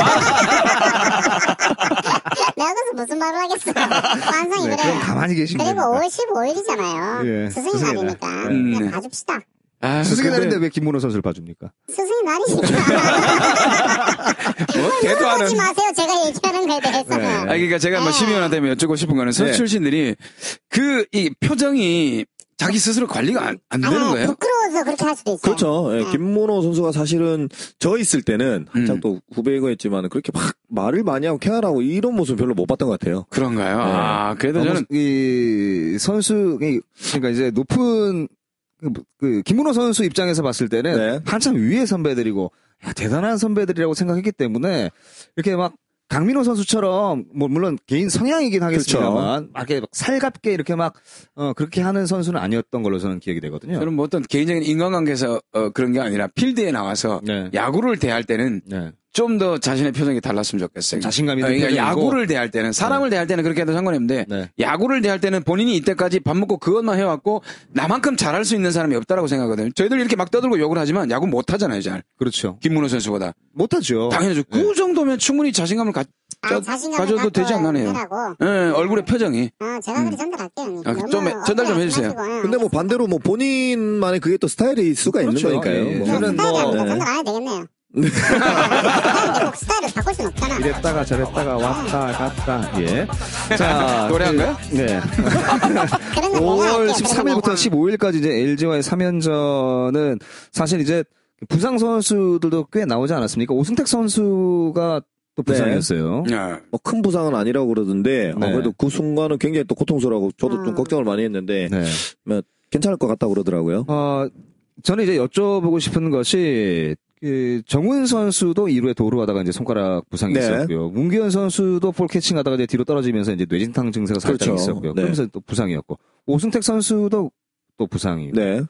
S1: 내가 그래서 무슨 말을 하겠어. 관상이
S2: 네,
S1: 그래요.
S2: 그럼 가만히 계시면
S1: 그리고
S2: 됩니다. 아,
S1: 5월 15일이잖아요.
S2: 예,
S1: 스승의
S2: 스승의
S1: 날이니까.
S4: 음,
S1: 그냥
S4: 네.
S1: 봐줍시다.
S4: 아,
S2: 스승의
S4: 근데
S2: 날인데 왜 김문호 선수를 봐줍니까?
S1: 스승의 날이니까.
S4: 뭐
S1: 그러
S4: 대도하는
S1: 지 마세요. 제가 얘기하는 거에 대해서.
S4: 아, 그러니까 제가 뭐 심의원한테 여쭙고 싶은 거는 선수
S5: 네.
S4: 출신들이 그 이 표정이 자기 스스로 관리가 안, 안 되는
S1: 아니,
S4: 거예요?
S1: 부끄러워서 그렇게 할 수도 있어요.
S5: 그렇죠.
S2: 음.
S5: 예,
S1: 네.
S5: 김문호 선수가 사실은 저 있을 때는 한창
S4: 음.
S5: 또 후배이고 했지만 그렇게 막 말을 많이 하고 쾌활하고 이런 모습 별로 못 봤던 것 같아요.
S4: 그런가요?
S5: 네.
S4: 아 그래도 저는
S2: 이 선수 이- 그러니까 이제 높은 그, 그 김문호 선수 입장에서 봤을 때는
S5: 네.
S2: 한참 위의 선배들이고 야, 대단한 선배들이라고 생각했기 때문에 이렇게 막 강민호 선수처럼 뭐 물론 개인 성향이긴
S4: 그렇죠.
S2: 하겠습니다만 막 이렇게 막 살갑게 이렇게 막 어, 그렇게 하는 선수는 아니었던 걸로 저는 기억이 되거든요.
S4: 저는 뭐 어떤 개인적인 인간관계에서 어, 그런 게 아니라 필드에 나와서
S2: 네.
S4: 야구를 대할 때는
S2: 네.
S4: 좀 더 자신의 표정이 달랐으면 좋겠어요.
S2: 자신감 있는
S4: 어, 그러니까
S2: 표정이고.
S4: 야구를 대할 때는 사람을 대할 때는 그렇게 해도 상관없는데
S2: 네.
S4: 야구를 대할 때는 본인이 이때까지 밥 먹고 그것만 해왔고 나만큼 잘할 수 있는 사람이 없다라고 생각하거든요. 저희들 이렇게 막 떠들고 욕을 하지만 야구 못 하잖아요, 잘.
S2: 그렇죠.
S4: 김문호 선수보다.
S2: 못하죠.
S4: 당연하죠. 그 정도면 충분히 자신감을 가,
S1: 아, 자신감을
S4: 져도
S1: 갖고
S4: 되지 않나네요.
S1: 하라고.
S4: 예, 얼굴의 표정이.
S1: 아, 제가 그래 전달할게요.
S4: 아,
S1: 너무
S4: 좀 해- 전달 좀
S1: 어필하지
S4: 해주세요.
S1: 마시고, 예.
S5: 근데 뭐 반대로 뭐 본인만의 그게 또 스타일일 수가
S2: 그렇죠.
S5: 있는 거니까요.
S2: 예, 예.
S5: 뭐.
S1: 그냥
S2: 저는
S1: 스타일이
S2: 뭐-
S1: 아니라
S5: 네.
S1: 전달 안 해도 되겠네요. 근데 꼭 스타일을 바꿀 순 없잖아.
S2: 이랬다가 저랬다가 왔다 갔다 예. 자
S4: 노래한가요?
S2: 그, 네.
S1: 그런 건 내가
S2: 5월
S1: 할게.
S2: 13일부터 15일까지 이제 LG와의 3연전은 사실 이제 부상 선수들도 꽤 나오지 않았습니까? 오승택 선수가 또
S5: 네.
S2: 부상이었어요.
S4: 야.
S5: 뭐큰 부상은 아니라고 그러던데 어,
S2: 네.
S5: 그래도 그 순간은 굉장히 또 고통스러워하고 저도 좀
S1: 음.
S5: 걱정을 많이 했는데
S2: 네.
S5: 뭐, 괜찮을 것 같다고 그러더라고요.
S2: 어, 저는 이제 여쭤보고 싶은 것이 그 정훈 선수도 2루에 도루하다가 이제 손가락 부상이
S5: 네.
S2: 있었고요. 문기현 선수도 볼 캐칭하다가 이제 뒤로 떨어지면서 이제 뇌진탕 증세가 살짝
S5: 그렇죠.
S2: 있었고요.
S5: 네.
S2: 그러면서 또 부상이었고 오승택 선수도 또 부상이고
S5: 네.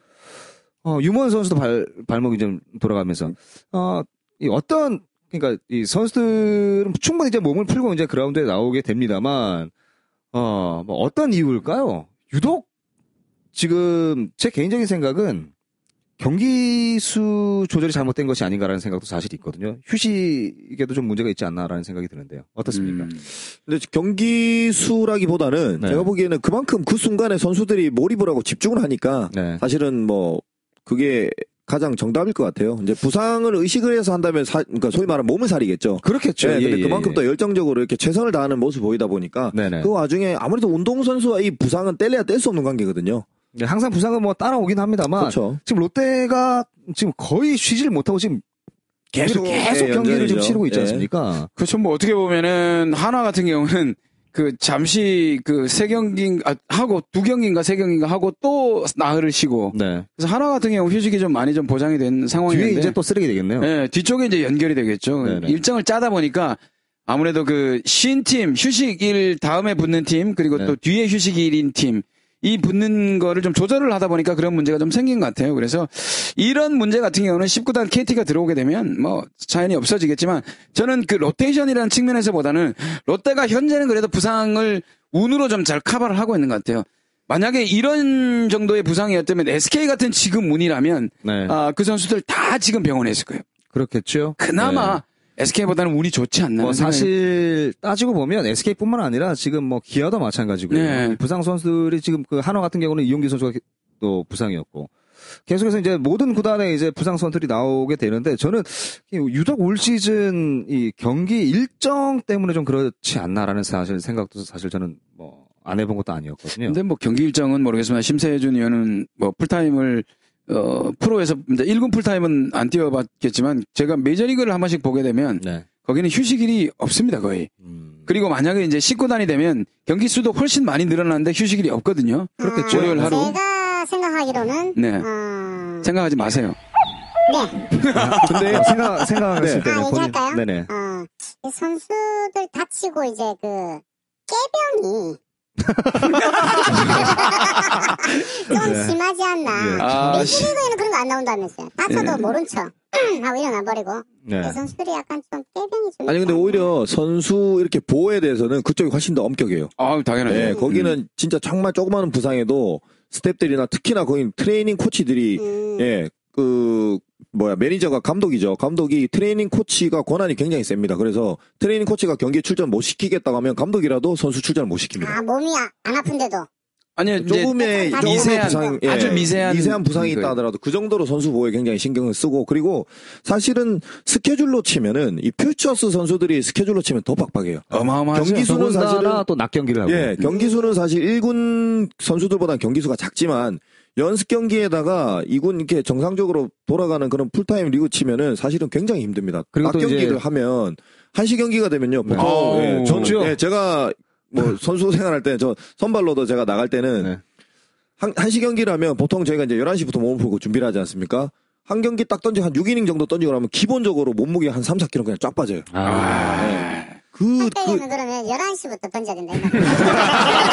S2: 어, 유모현 선수도 발, 발목이 좀 돌아가면서, 어, 이 어떤, 그러니까 이 선수들은 충분히 이제 몸을 풀고 이제 그라운드에 나오게 됩니다만, 어, 뭐 어떤 이유일까요? 유독 지금 제 개인적인 생각은 경기수 조절이 잘못된 것이 아닌가라는 생각도 사실 있거든요. 휴식에도 좀 문제가 있지 않나라는 생각이 드는데요. 어떻습니까?
S4: 음.
S5: 근데 경기 수라기보다는
S2: 네.
S5: 제가 보기에는 그만큼 그 순간에 선수들이 몰입을 하고 집중을 하니까
S2: 네.
S5: 사실은 뭐 그게 가장 정답일 것 같아요. 이제 부상을 의식을 해서 한다면 사- 그러니까 소위 말하면 몸을 사리겠죠.
S2: 그렇겠죠.
S5: 네,
S2: 예,
S5: 근데
S2: 예,
S5: 그만큼
S2: 예.
S5: 또 열정적으로 이렇게 최선을 다하는 모습 보이다 보니까
S2: 네네.
S5: 그 와중에 아무래도 운동선수와 이 부상은 뗄래야 뗄 수 없는 관계거든요.
S2: 네, 항상 부상은 뭐 따라오긴 합니다만,
S5: 그렇죠.
S2: 지금 롯데가 지금 거의 쉬질 못하고 지금 계속 계속
S5: 예,
S2: 경기를 지금
S5: 연전이죠.
S2: 치르고 있지
S5: 예.
S2: 않습니까?
S4: 그렇죠. 뭐 어떻게 보면은 한화 같은 경우는 그 잠시 그 세 경기 아, 하고 두 경기인가 세 경기인가 하고 또 나흘을 쉬고
S2: 네.
S4: 그래서 한화 같은 경우 휴식이 좀 많이 좀 보장이 된
S2: 뒤에
S4: 상황인데
S2: 이제 또 쓰레기 되겠네요.
S4: 예, 뒤쪽에 이제 연결이 되겠죠.
S2: 네네.
S4: 일정을 짜다 보니까 아무래도 그 쉰 팀, 휴식일 다음에 붙는 팀, 그리고
S2: 네.
S4: 또 뒤에 휴식일인 팀, 이 붙는 거를 좀 조절을 하다 보니까 그런 문제가 좀 생긴 것 같아요. 그래서 이런 문제 같은 경우는 19단 KT가 들어오게 되면 뭐 자연히 없어지겠지만 저는 그 로테이션이라는 측면에서보다는 롯데가 현재는 그래도 부상을 운으로 좀 잘 커버를 하고 있는 것 같아요. 만약에 이런 정도의 부상이었다면 SK 같은 지금 운이라면
S2: 네.
S4: 아, 그 선수들 다 지금 병원에 있을 거예요.
S2: 그렇겠죠.
S4: 그나마 SK보다는 운이 좋지
S2: 네.
S4: 않나.
S2: 뭐 사실 따지고 보면 SK뿐만 아니라 지금 뭐 기아도 마찬가지고요.
S4: 네.
S2: 부상 선수들이 지금 그 한화 같은 경우는 이용기 선수가 또 부상이었고 계속해서 이제 모든 구단에 이제 부상 선수들이 나오게 되는데 저는 유독 올 시즌 이 경기 일정 때문에 좀 그렇지 않나라는 사실 생각도 사실 저는 뭐 안 해본 것도 아니었거든요.
S4: 근데 뭐 경기 일정은 모르겠지만 심세준 의원은 뭐 풀타임을 어, 프로에서 이제 1군 풀타임은 안 뛰어봤겠지만 제가 메이저리그를 한 번씩 보게 되면
S2: 네.
S4: 거기는 휴식일이 없습니다 거의.
S2: 음.
S4: 그리고 만약에 이제 19단이 되면 경기 수도 훨씬 많이 늘어나는데 휴식일이 없거든요.
S1: 그렇겠죠.
S4: 월요일 하루.
S1: 제가 생각하기로는
S4: 네.
S1: 어,
S4: 생각하지 마세요.
S1: 네.
S2: 근데 생각 생각했을
S1: 아,
S2: 때는
S1: 얘기할까요?
S2: 네네.
S1: 어, 이 선수들 다치고 이제 그 깨병이 좀
S2: 네.
S1: 심하지
S2: 예.
S1: 않나.
S4: 아, 씨.
S1: 메이저리그에는 그런 거 안 나온다면서요. 다쳐도
S5: 예.
S1: 모른 척 하고 일어나버리고
S2: 네.
S1: 이 선수들이 약간 좀 깨병이 좀
S5: 아니 근데
S1: 있지
S5: 오히려 선수 이렇게 보호에 대해서는 그쪽이 훨씬 더 엄격해요.
S4: 아 당연하죠.
S5: 네, 거기는
S2: 음.
S5: 진짜 정말 조그마한 부상에도 스탭들이나 특히나 거기 트레이닝 코치들이
S1: 않나. 음.
S5: 예, 그 뭐야 매니저가 감독이죠. 감독이 트레이닝 코치가 권한이 굉장히 셉니다. 그래서 트레이닝 코치가 경기에 출전 못 시키겠다고 하면 감독이라도 선수 출전을 못 시킵니다.
S1: 아 몸이 아- 안 아픈데도
S5: 그
S4: 아니요 이제
S5: 조금의
S1: 약간
S5: 조금의 예,
S4: 미세한, 아주 미세한
S5: 미세한 부상이
S4: 이거예요.
S5: 있다 하더라도 그 정도로 선수 보호에 굉장히 신경을 쓰고 그리고 사실은 스케줄로 치면은 이 퓨처스 선수들이 스케줄로 치면 더 빡빡해요.
S4: 어마어마하죠.
S5: 경기 수는 사실은
S2: 더군다나 또 낮 경기를 하고. 음.
S5: 예, 경기수는 사실 1군 선수들보다 경기수가 작지만 연습 경기에다가 2군 이렇게 정상적으로 돌아가는 그런 풀타임 리그 치면은 사실은 굉장히 힘듭니다.
S2: 그리고 또
S5: 낮
S2: 이제- 네.
S5: 경기를 하면 한시 경기가 되면요. 보통
S4: 아우,
S5: 예, 저는
S2: 그렇죠.
S5: 예, 제가 뭐 선수 생활할 때 저 선발로도 제가 나갈 때는
S2: 네.
S5: 한, 한시 경기를 하면 보통 저희가 이제 11시부터 몸을 풀고 준비를 하지 않습니까? 한 경기 딱 던지고 한 6이닝 정도 던지고 나면 기본적으로 몸무게 한 3, 4kg 그냥 쫙 빠져요.
S2: 아.
S5: 그,
S1: 때리면 그러면 11시부터 던져야 된다.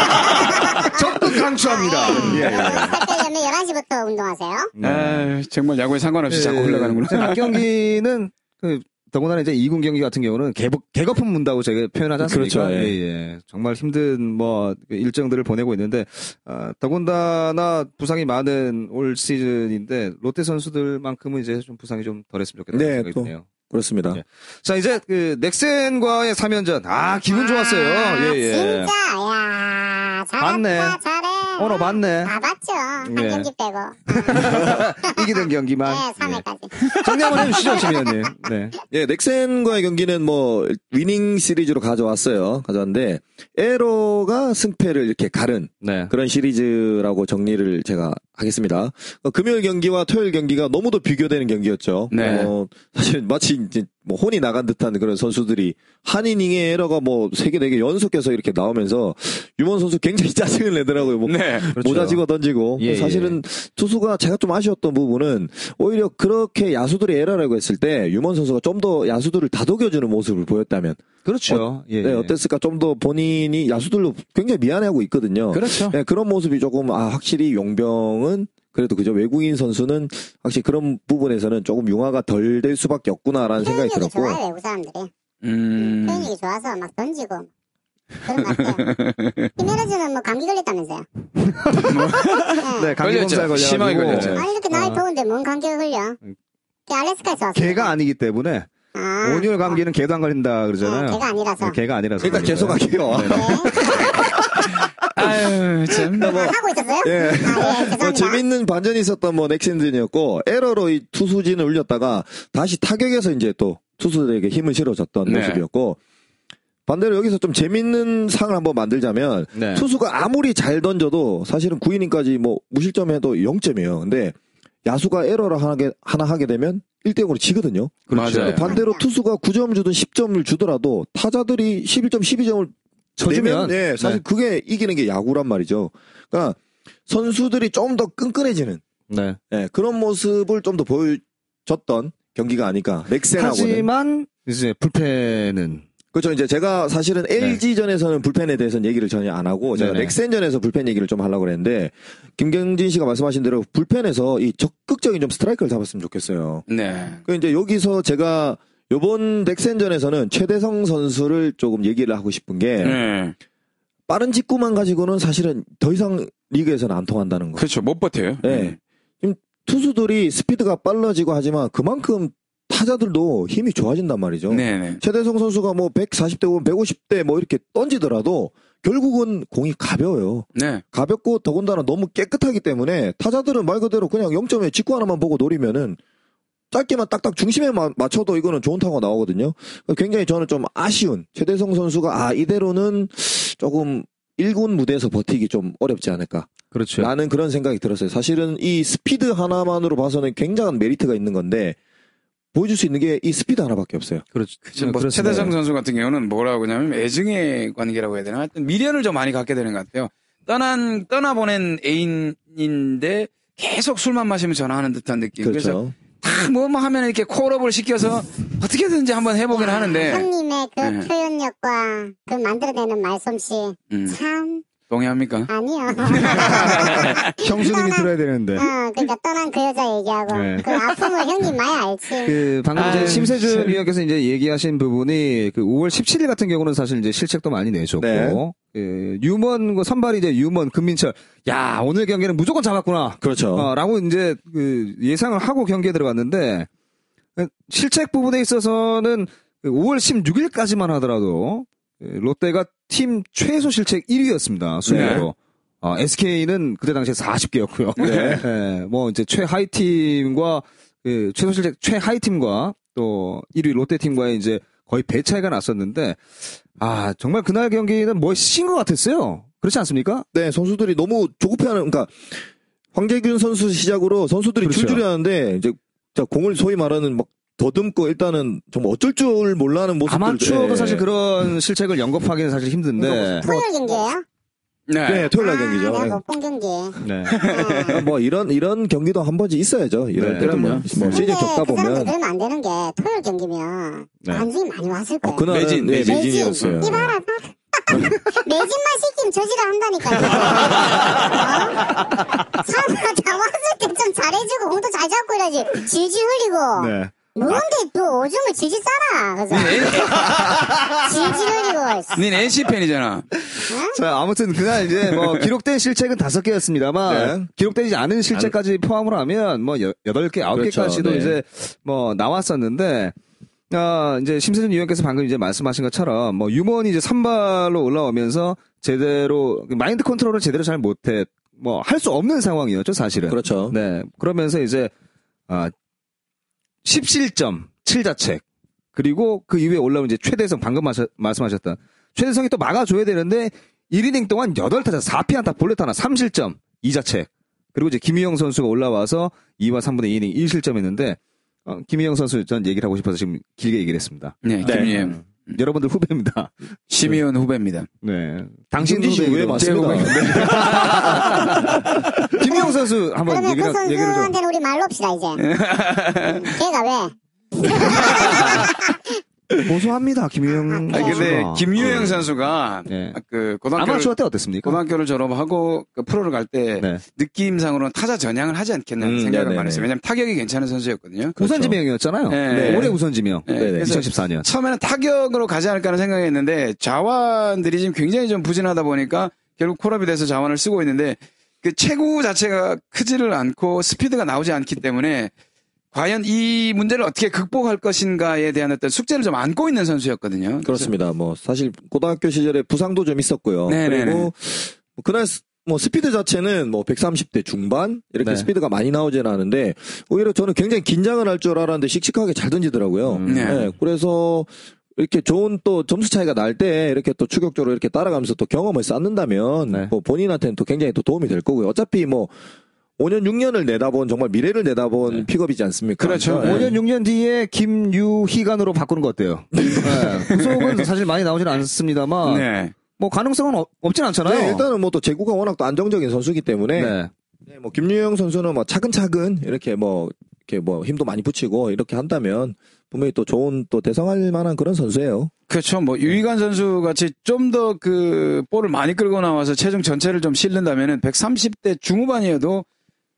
S3: 적극 강추합니다.
S1: 예. 때리려면 11시부터 운동하세요.
S2: 네. 아,
S4: 에이, 아, 정말 야구에 네. 상관없이 자꾸 흘러가는구나.
S2: 낮 예. 경기는 그 더군다나 이제 2군 경기 같은 경우는 개복, 개거품 문다고 제가 표현하지 않습니까?
S5: 그렇죠, 예.
S2: 예, 예. 정말 힘든 뭐 일정들을 보내고 있는데 아, 더군다나 부상이 많은 올 시즌인데 롯데 선수들만큼은 이제 좀 부상이 좀 덜했으면 좋겠다는
S5: 네,
S2: 생각이
S5: 또.
S2: 드네요.
S5: 그렇습니다.
S2: 예. 자 이제 그 넥센과의 3연전 아 기분 좋았어요.
S1: 아,
S2: 예, 예.
S1: 진짜, 야 잘했다,
S2: 맞네.
S1: 잘해.
S2: 오늘 맞네.
S1: 다 봤죠. 한
S2: 예.
S1: 아, 경기 빼고.
S5: 그
S2: 이기는 경기만.
S1: 네, 3회까지.
S2: 예. 정리 한번 해주시죠, 지민 형님. 네.
S5: 예, 넥센과의 경기는 뭐 위닝 시리즈로 가져왔어요. 가져왔는데 에로가 승패를 이렇게 가른
S2: 네.
S5: 그런 시리즈라고 정리를 제가 하겠습니다. 어, 금요일 경기와 토요일 경기가 너무도 비교되는 경기였죠.
S4: 네.
S5: 어, 사실 마치 이제 뭐 혼이 나간 듯한 그런 선수들이 한 이닝의 에러가 뭐 세 개 네 개 연속해서 이렇게 나오면서 유먼 선수 굉장히 짜증을 내더라고요. 뭐
S4: 네.
S5: 모자 집어 던지고
S2: 그렇죠. 예,
S5: 사실은 투수가 제가 좀 아쉬웠던 부분은 오히려 그렇게 야수들이 에러라고 했을 때 유먼 선수가 좀 더 야수들을 다독여주는 모습을 보였다면
S2: 그렇죠. 예.
S5: 네,
S2: 예.
S5: 어땠을까 좀 더 본인이 야수들로 굉장히 미안해하고 있거든요.
S1: 어.
S4: 그렇죠.
S5: 네, 그런 모습이 조금 아 확실히 용병은 그래도 그저 외국인 선수는 확실히 그런 부분에서는 조금 융화가 덜 될 수밖에 없구나라는 생각이
S1: 표현력이
S5: 들었고
S1: 좋아요, 외국 사람들이.
S4: 음.
S1: 표현력이 좋아서 막 던지고. 그런 것 같아요. 김혜라즈는 뭐 감기 걸렸다면서요.
S2: 네, 감기
S4: 걸렸죠.
S2: 검사에 걸려가지고.
S4: 심하게 걸렸죠.
S5: 네.
S2: 예.
S1: 아니, 이렇게 날이
S2: 아.
S1: 더운데 뭔 감기가 걸려?
S5: 음.
S1: 걔 알래스카에서 왔어.
S2: 개가 아니기 때문에
S1: 아.
S2: 온열 감기는 개도 안 걸린다
S1: 네,
S2: 그러잖아요.
S1: 개가 아니라서.
S2: 네, 개가 아니라서.
S5: 일단
S2: 그런 거예요.
S5: 그러니까 계속할게요.
S1: 네.
S4: 아유, 참.
S1: 아, 하고 있었어요?
S5: 예.
S1: 아, 예,
S5: 뭐
S1: 죄송합니다.
S5: 재밌는 반전이 있었던 뭐 넥센전이었고 에러로 이 투수진을 울렸다가 다시 타격에서 이제 또 투수들에게 힘을 실어줬던
S4: 네.
S5: 모습이었고 반대로 여기서 좀 재밌는 상을 한번 만들자면
S2: 네.
S5: 투수가 아무리 잘 던져도 사실은 9이닝까지 뭐 무실점해도 0점이에요. 근데 야수가 에러를 하나 하게, 하나 하게 되면 1대 0으로 지거든요.
S4: 그렇죠.
S5: 근데 반대로
S1: 맞아.
S5: 투수가 9점 주든 10점을 주더라도 타자들이 11점, 12점을
S2: 쳐주면.
S5: 네, 사실
S2: 네.
S5: 그게 이기는 게 야구란 말이죠. 그러니까 선수들이 좀 더 끈끈해지는
S2: 네.
S5: 예, 그런 모습을 좀 더 보여줬던 경기가 아닐까. 넥센하고는.
S2: 하지만 이제 불펜은
S5: 그렇죠. 이제 제가 사실은 LG전에서는 불펜에 대해서는 얘기를 전혀 안 하고 제가
S2: 네네.
S5: 넥센전에서 불펜 얘기를 좀 하려고 그랬는데 김경진 씨가 말씀하신 대로 불펜에서 이 적극적인 좀 스트라이크를 잡았으면 좋겠어요.
S4: 네.
S5: 그 이제 여기서 제가 요번 넥센전에서는 최대성 선수를 조금 얘기를 하고 싶은 게
S4: 네.
S5: 빠른 직구만 가지고는 사실은 더 이상 리그에서는 안 통한다는 거.
S4: 그렇죠. 못 버텨요.
S5: 네. 지금 투수들이 스피드가 빨라지고 하지만 그만큼 타자들도 힘이 좋아진단 말이죠.
S4: 네, 네.
S5: 최대성 선수가 뭐 140대 혹은 150대 뭐 이렇게 던지더라도 결국은 공이 가벼워요.
S4: 네.
S5: 가볍고 더군다나 너무 깨끗하기 때문에 타자들은 말 그대로 그냥 0점에 직구 하나만 보고 노리면은 짧게만 딱딱 중심에 마- 맞춰도 이거는 좋은 타구가 나오거든요. 그러니까 굉장히 저는 좀 아쉬운 최대성 선수가 아 이대로는 조금 1군 무대에서 버티기 좀 어렵지 않을까
S2: 그렇죠.
S5: 라는 그런 생각이 들었어요. 사실은 이 스피드 하나만으로 봐서는 굉장한 메리트가 있는 건데 보여줄 수 있는 게 이 스피드 하나밖에 없어요.
S2: 그렇죠.
S4: 지금 뭐
S2: 그렇습니다.
S4: 최대성 선수 같은 경우는 뭐라고 하냐면 애증의 관계라고 해야 되나? 하여튼 미련을 좀 많이 갖게 되는 것 같아요. 떠난 떠나보낸 애인인데 계속 술만 마시면 전화하는 듯한 느낌. 그래서
S5: 그렇죠.
S4: 다 뭐뭐 하면 이렇게 콜업을 시켜서 어떻게든지 한번 해보긴
S5: 예.
S4: 하는데
S1: 형님의 그
S4: 네.
S1: 표현력과 그 만들어내는 말솜씨
S4: 음,
S1: 참
S4: 동의합니까?
S1: 아니요.
S2: 형수님이 들어야 되는데.
S1: 어, 그러니까 떠난 그 여자 얘기하고
S2: 네.
S1: 그 아픔을 형님 많이 알지.
S2: 그 방금
S4: 아유,
S2: 이제 심세준
S4: 참.
S2: 위원께서 이제 얘기하신 부분이 그 5월 17일 같은 경우는 사실 이제 실책도 많이 내줬고
S5: 네.
S2: 예, 유먼 그 선발이 이제 유먼 금민철 야 오늘 경기는 무조건 잡았구나
S5: 그렇죠.
S2: 어, 라고 이제 그 예상을 하고 경기에 들어갔는데 그 실책 부분에 있어서는 5월 16일까지만 하더라도 예, 롯데가 팀 최소 실책 1위였습니다 순위로.
S5: 네.
S2: SK는 그때 당시에 40개였고요.
S5: 네.
S2: 뭐 이제 최하위 팀과 예, 최소 실책 최하위 팀과 또 1위 롯데 팀과의 이제 거의 배 차이가 났었는데 아 정말 그날 경기는 뭐 신 것 같았어요. 그렇지 않습니까?
S5: 네, 선수들이 너무 조급해하는, 그러니까 황재균 선수 시작으로 선수들이
S2: 그렇죠.
S5: 줄줄이 하는데 이제 자, 공을 소위 말하는 막 더듬고 일단은 정말 어쩔 줄 몰라는 모습들.
S2: 아마추어도
S5: 예.
S2: 사실 그런 실책을 연급하기는 사실 힘든데
S1: 토요일 경기예요?
S5: 네, 토요일 날
S1: 아,
S5: 경기죠.
S1: 내가 못 본 경기.
S2: 네.
S1: 네.
S5: 네. 뭐 이런 이런 경기도 한 번씩 있어야죠. 이럴
S2: 네,
S5: 때도 뭐,
S4: 그럼요.
S5: 뭐 시즌 겪다
S1: 그 사람들
S5: 보면
S1: 그러면 안 되는 게 토요일 경기면
S2: 네.
S1: 관중이 많이 왔을 거예요.
S5: 어, 그날은
S4: 매진,
S5: 네,
S4: 매진.
S5: 매진이었어요.
S1: 이봐라. 매진만 시키면 저지를 한다니까요. 어? 사람들 다 왔을 때 좀 잘해주고 공도 잘 잡고 이러지. 질질
S5: 아.
S1: 흘리고.
S2: 네.
S1: 뭔데 또 오줌을 질질 싸라. 그래서 질질 흘리고. 씨.
S4: 닌 NC 팬이잖아.
S2: 자, 아무튼 그날 이제 뭐 기록된 실책은 다섯 개였습니다만
S5: 네.
S2: 기록되지 않은 실책까지 포함을 하면 뭐 여- 여덟 개, 아홉
S5: 그렇죠.
S2: 개까지도
S5: 네.
S2: 이제 뭐 나왔었는데 아, 이제 심세준 위원께서 방금 이제 말씀하신 것처럼 뭐 유먼이 이제 선발로 올라오면서 제대로 마인드 컨트롤을 제대로 잘 못했 뭐 할 수 없는 상황이었죠 사실은.
S5: 그렇죠.
S2: 네. 그러면서 이제 아 17점 7자책 그리고 그 이후에 올라온 이제 최대성 방금 마셔- 말씀하셨던 최대성이 또 막아줘야 되는데 1이닝 동안 8타자 4피안타 볼넷 하나 3실점 2자책 그리고 이제 김희영 선수가 올라와서 2와 3분의 2이닝 1실점했는데 어, 김희영 선수 전 얘기를 하고 싶어서 지금 길게 얘기를 했습니다.
S4: 네, 김희영.
S2: 여러분들 후배입니다.
S4: 심의원 후배입니다.
S2: 음. 네.
S5: 당신 디
S2: 후배이기도
S5: 왜
S2: 하고.
S5: 맞습니다.
S2: 김희영 선수 한번
S1: 그러면
S2: 얘기를,
S1: 그
S2: 얘기를 좀. 네.
S1: 선수한테는 우리 말로 합시다 이제. 음, 걔가 왜?
S2: 고소합니다, 김유영.
S4: 아니, 근데
S2: 선수가.
S4: 김유영 선수가
S2: 네.
S4: 그 고등학교를,
S2: 아마추어 때 어땠습니까?
S4: 그러니까 고등학교를 졸업하고 그 프로를 갈 때
S2: 네.
S4: 느낌상으로는 타자 전향을 하지 않겠나
S5: 음,
S4: 는 생각을
S5: 네네네.
S4: 많이 했어요. 왜냐면 타격이 괜찮은 선수였거든요.
S2: 우선 지명이었잖아요.
S4: 네.
S2: 네. 올해 우선 지명.
S4: 네.
S5: 네네.
S4: 그래서
S2: 2014년.
S4: 처음에는 타격으로 가지 않을까 하는 생각했는데 자원들이 지금 굉장히 좀 부진하다 보니까 결국 콜업이 돼서 자원을 쓰고 있는데 그 체구 자체가 크지를 않고 스피드가 나오지 않기 때문에 과연 이 문제를 어떻게 극복할 것인가에 대한 어떤 숙제를 좀 안고 있는 선수였거든요.
S5: 그렇습니다. 뭐 사실 고등학교 시절에 부상도 좀 있었고요.
S4: 네네네.
S5: 그리고 뭐 그날 스- 뭐 스피드 자체는 뭐 130대 중반 이렇게
S2: 네.
S5: 스피드가 많이 나오진 않은데 오히려 저는 굉장히 긴장을 할 줄 알았는데 씩씩하게 잘 던지더라고요.
S4: 네.
S5: 네, 그래서 이렇게 좋은 또 점수 차이가 날 때 이렇게 또 추격적으로 이렇게 따라가면서 또 경험을 쌓는다면
S2: 네.
S5: 뭐 본인한테는 또 굉장히 또 도움이 될 거고요. 어차피 뭐 5년 6년을 내다본 정말 미래를 내다본 픽업이지 않습니까?
S4: 네. 그렇죠.
S5: 네.
S2: 5년, 6년 뒤에 김유희간으로 바꾸는 거 어때요? 네. 구속은 사실 많이 나오지는 않습니다만,
S4: 네.
S2: 뭐 가능성은 없, 없진 않잖아요.
S5: 네, 일단은 뭐 또 제구가 워낙 또 안정적인 선수기 때문에
S2: 네.
S5: 네, 뭐 김유영 선수는 뭐 차근차근 이렇게 뭐 이렇게 뭐 힘도 많이 붙이고 이렇게 한다면 분명히 또 좋은 또 대성할 만한 그런 선수예요.
S4: 그렇죠.
S5: 네.
S4: 뭐 유희관 선수 같이 좀 더 그 볼을 많이 끌고 나와서 체중 전체를 좀 실른다면은 130대 중후반이어도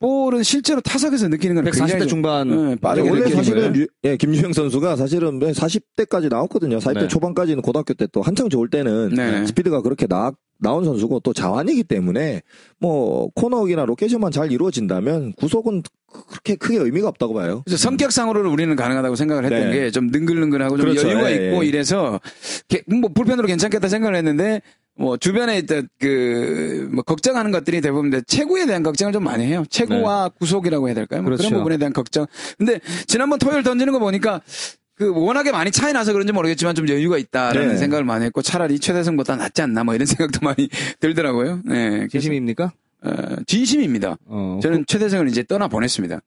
S4: 볼은 실제로 타석에서 느끼는 건
S2: 140대
S4: 굉장히 좀-
S2: 중반.
S4: 네, 빠르게
S5: 원래
S4: 느끼는 거예요.
S5: 사실은 유- 예, 김유영 선수가 사실은 40대까지 나왔거든요. 40대
S2: 네.
S5: 초반까지는 고등학교 때 또 한창 좋을 때는
S4: 네.
S5: 스피드가 그렇게 나 나온 선수고 또 자완이기 때문에 뭐 코너이나 로케이션만 잘 이루어진다면 구속은 그렇게 크게 의미가 없다고 봐요.
S4: 그래서 성격상으로는 우리는 가능하다고 생각을 했던
S5: 네.
S4: 게 좀 능글능글하고 좀
S5: 그렇죠.
S4: 여유가
S5: 예,
S4: 있고
S5: 예.
S4: 이래서 게- 뭐 불펜으로 괜찮겠다 생각을 했는데 뭐 주변에 있던 그뭐 걱정하는 것들이 대부분 이제 체구에 대한 걱정을 좀 많이 해요.
S5: 네.
S4: 체구와 구속이라고 해야 될까요? 뭐 그런
S2: 그렇죠.
S4: 부분에 대한 걱정. 근데 지난번 토요일 던지는 거 보니까 그 워낙에 많이 차이 나서 그런지 모르겠지만 좀 여유가 있다라는
S5: 네.
S4: 생각을 많이 했고 차라리 최대성보다 낫지 않나 뭐 이런 생각도 많이 들더라고요. 네, 그래서,
S2: 진심입니까?
S4: 어, 진심입니다.
S2: 어.
S4: 저는 최대성을 이제 떠나 보냈습니다.